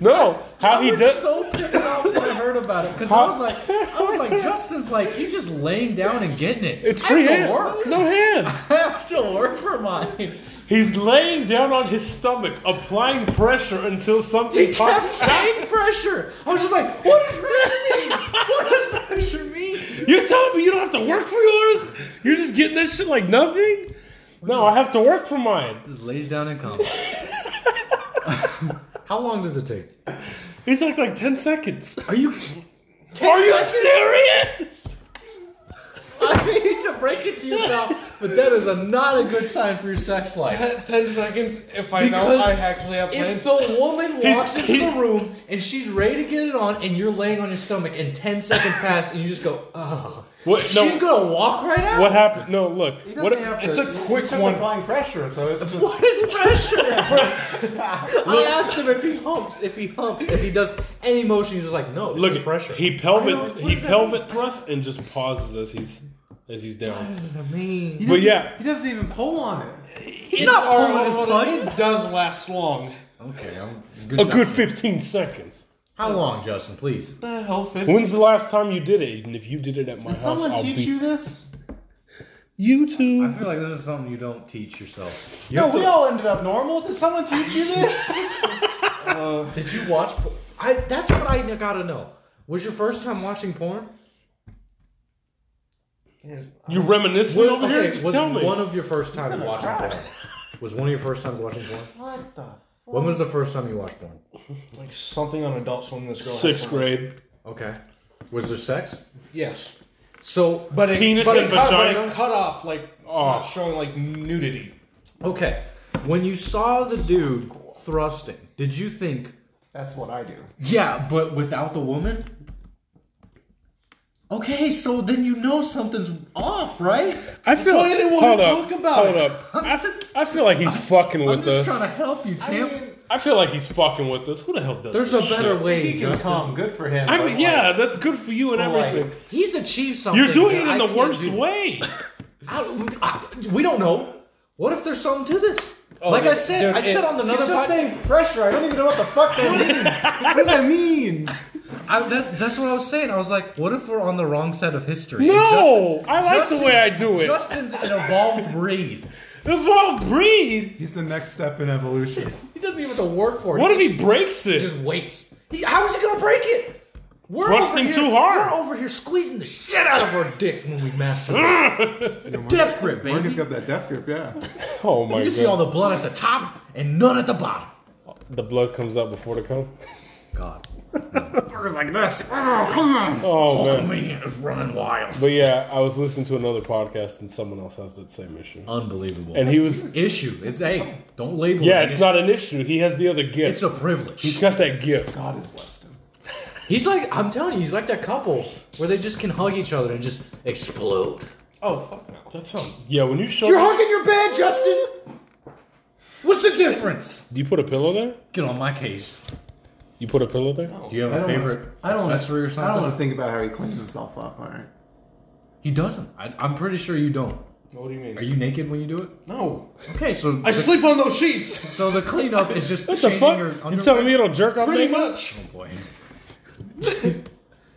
No, how I he was does. so pissed off when I heard about it because I was like, I was like, Justin's like, he's just laying down and getting it. it's I have free to hand. work. No hands. I have to work for mine. He's laying down on his stomach, applying pressure until something He kept pops out. saying pressure. I was just like, what does pressure mean? What does pressure mean? You're telling me you don't have to work for yours? You're just getting that shit like nothing? No, I have to work for mine. Just lays down and comes. How long does it take? He's like like ten seconds. Are you? Are you serious? I hate to break it to you, pal, but that is a, not a good sign for your sex life. Ten- Ten seconds. If I know Because I actually have If plans. the woman walks into he- the room and she's ready to get it on, and you're laying on your stomach, and ten seconds pass, and you just go, oh, What? No. she's gonna walk right out. what happened? No, look. He doesn't What? have to, it's a he's quick just one. Applying pressure, so it's just. What is pressure? I asked him if he humps, if he humps, if he does any motion. He's just like, no, it's Look. just pressure. He pelvic he pelvic thrusts and just pauses as he's as he's down. I mean, But yeah, He doesn't even pull on it. he's not Or- pulling his or- butt. it does last long. Okay, I'm a job, good Justin. fifteen seconds. How long, Justin? Please. The hell, fifty. When's the last time you did it? And if you did it at my Did house, someone I'll teach be you this? you I too. feel like this is something you don't teach yourself. You No, have we to- all ended up normal. Did someone teach you this? Did you watch? por- I. That's what I gotta know. Was your first time watching porn? You reminiscing Well, over here? Just was tell me. one of your first times watching cry. porn? Was one of your first times watching porn? what the? When was the first time you watched porn? Like something on Adult Swim. This girl. had Sixth porn. grade. Okay. Was there sex? Yes, So, but it, Penis but and it cut, but it vagina? cut off like Oh. not showing like nudity. okay. When you saw the dude thrusting, did you think, That's what I do. yeah, but without the woman? Okay, so then you know something's off, right? I feel. why I didn't wanna hold talk up, about hold it. up. I, f- I feel like he's fucking I'm with just us. trying to help you, champ. I feel like he's fucking with us. Who the hell does? There's a this better shit? way, He can Justin. come. Good for him. I but, mean, like, yeah, that's good for you and But, like, everything. He's achieved something. You're doing it that I in the can't worst do. way. I- I- we don't know. What if there's something to this? Oh, like I dude, said, dude, I it- said on He's another just podcast. saying pressure. I don't even know what the fuck that means. what does that mean? I, that, that's what I was saying. I was like, what if we're on the wrong side of history? And No, I like the way I do it. Justin's an evolved breed. Evolve breed. He's the next step in evolution. He doesn't even have to work for it. What if he he breaks it? just waits? He, how is he gonna break it? We're Thrusting over here, too hard. We're over here squeezing the shit out of our dicks when we masturbate. Mm. Death grip, Marcus baby. got that death grip, yeah. oh my You god! see all the blood at the top and none at the bottom. the blood comes out before the cum. God, Marcus like this. Oh man. Mania is running wild. But yeah, I was listening to another podcast and someone else has that same issue, Uh, Unbelievable. and he was. issue is hey, don't label. Yeah, it. it's not an issue. He has the other It's gift. a Oh. privilege. He's got that gift. God has blessed him. He's like, I'm telling you, he's like that couple where they just can hug each other and just explode. Oh fuck no. That sounds. Yeah, when you show. You're hugging your bed, Justin. What's the difference? Do you put a pillow there? Get on my case. You put a pillow there? Do you have a favorite I don't accessory wanna, or I don't want something? to think about how he cleans himself up. All right. He doesn't. I, I'm pretty sure you don't. What do you mean? Are you naked when you do it? no, Okay, so I the, sleep on those sheets. so the cleanup is just What the changing fuck? your You underwear. telling me you don't jerk off Pretty naked? much. Oh boy.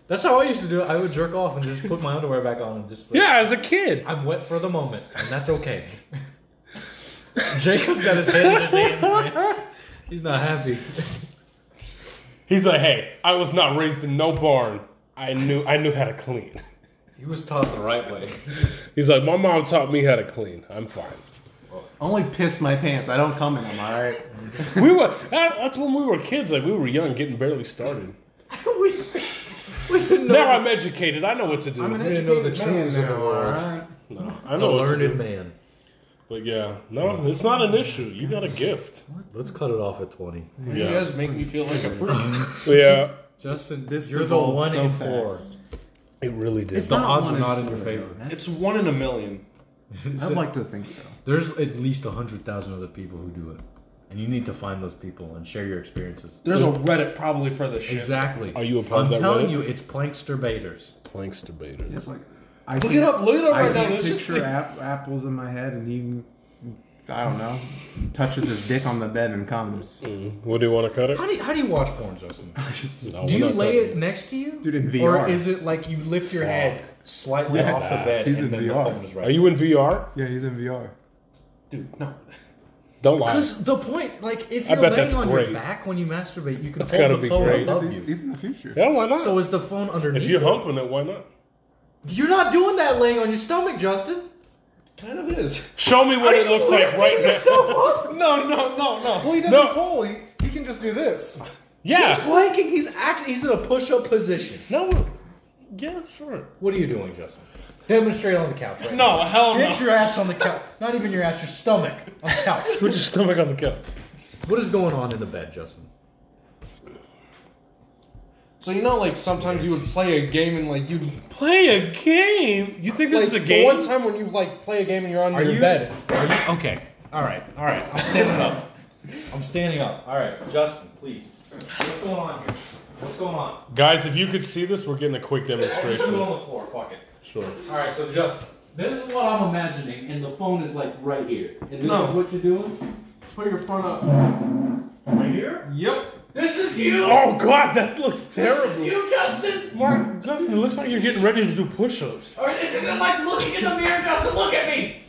That's how I used to do it. I would jerk off and just put my underwear back on and just. Like, Yeah, as a kid. I'm wet for the moment, and that's okay. Jacob's got his head in his hands. Man. He's not happy. He's like, hey, I was not raised in no barn. I knew I knew how to clean. He was taught the right way. He's like, my mom taught me how to clean. I'm fine. Only piss my pants. I don't come in them. All right. We were that, that's when we were kids. Like we were young, getting barely started. we, we didn't know. Now I'm educated. I know what to do. I'm an didn't know the educated man truths of the now, world. all right? no, I a know what to learned Oh, do. man. But yeah, no, it's not an issue. You got a gift. Let's cut it off at 20. You Yeah, guys make me feel like a freak. yeah. Justin, This You're the devolved one so in four. fast. It really did. It's the not odds one are in not in four, your favor. though. That's- It's one in a million. I'd like to think so. There's at least hundred thousand other people who do it. and you need to find those people and share your experiences. There's a Reddit probably for this shit. Exactly. Are you a part I'm of that telling Reddit? you, it's Plankster Baiters. Planks debater. It's like I Look it up. Look it up I right now. can Let's just picture see. ap- apples in my head, and he, I don't know, touches his dick on the bed and comes. Mm. Well, do you want to cut it? How do you, how do you watch porn, Justin? No, Do you we're not lay cutting it next to you? Dude, in Or VR. is it like you lift your head slightly It's off the bad. bed He's in and then VR. the phone is right Are you in VR? Yeah, he's in VR. Dude, no. Don't lie. Because the point, like, if I you're bet laying that's on great. your back when you masturbate, you can That's gotta hold be the phone great. above He's, you. he's in the future. Yeah, why not? So is the phone underneath? if you're it? humping it, why not? You're not doing that laying on your stomach, Justin. Kind of is. Show me what it looks like right now. No, no, no, no. Well, he doesn't No. pull. He, he can just do this. Yeah. Planking. He's act. He's in a push-up position. No. Yeah, sure. What are you doing, Justin? Demonstrate on the couch. Right No, hell Now. no. Get your ass on the couch. Not even your ass. Your stomach on the couch. Put your stomach on the couch. what is going on in the bed, Justin? So you know, like sometimes you would play a game and like you Play a game. You think this like is a the game? one time when you like play a game and you're on your you- bed. Are you okay? All right. All right. I'm standing up. I'm standing up. All right, Justin, please. What's going on here? What's going on? Guys, if you could see this, we're getting a quick the demonstration. floor. Fuck it. Sure. All right, so Justin. This is what I'm imagining, and the phone is like right here. And this No. is what you're doing. Put your phone up. Right here? Yep. This is you. Oh God, that looks terrible. you, Justin. Mark, Justin, it looks like you're getting ready to do push-ups. Or this isn't like looking in the mirror, Justin. Look at me.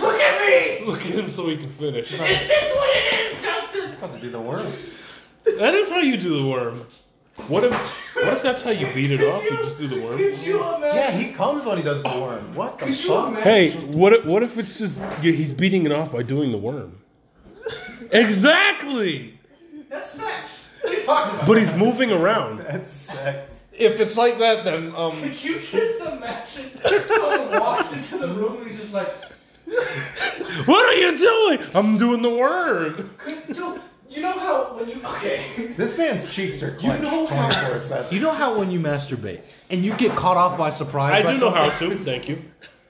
Look at me. Look at him so he can finish. Is this what it is, Justin? Do the worm. That is how you do the worm. What if, what if that's how you beat it off? You just do the worm. Could you imagine? Yeah, he comes when he does the worm. What the Could you fuck? imagine? Hey, what if, what if it's just you- he's beating it off by doing the worm? Exactly. That's sex. What are you talking about? But he's moving around. That's sex. If it's like that, then um. Could you just imagine someone walks into the room and he's just like, What are you doing? I'm doing the worm. could, dude, you know how when you okay, This man's cheeks are clenched know how- 24 7. You know how when you masturbate and you get caught off by surprise? I by do know how something, to. Thank you.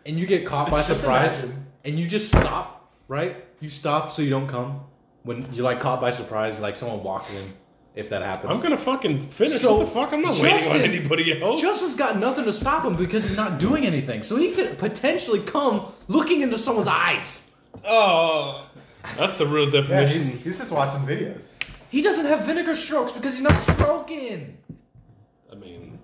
And you get caught by surprise, and you just stop, right? You stop so you don't come when you're like caught by surprise, like someone walking in. If that happens, I'm gonna fucking finish. So, what the fuck? I'm not waiting on Justin- anybody else. Justin's got nothing to stop him because he's not doing anything, so he could potentially come looking into someone's eyes. Oh. That's the real Yeah, definition. he's, he's just watching videos. He doesn't have vinegar strokes because he's not stroking. I mean,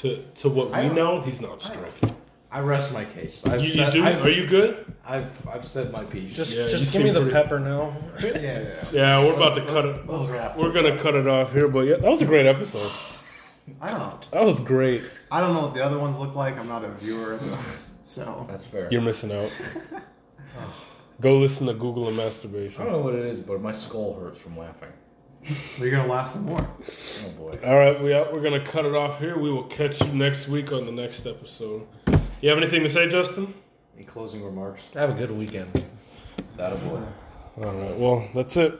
to to what I we don't- know, he's not striking. I rest my case. I've You, you said, do? I've, Are you good? I've, I've said my piece. Just, Yeah, you just seem give me the pretty- pepper now. Yeah, yeah, yeah. Yeah, we're about to Let's- cut let's- it. Let's wrap. We're this gonna up. cut it off here, but yeah, that was a great episode. I don't. That was great. I don't know what the other ones look like. I'm not a viewer of this, so That's fair. You're missing out. Go listen to Google and masturbation. I don't know what it is, but my skull hurts from laughing. we're gonna laugh some more. Oh boy. All right, we out. We're gonna cut it off here. We will catch you next week on the next episode. You have anything to say, Justin? Any closing remarks? Have a good weekend. That a boy. All right. Well, that's it.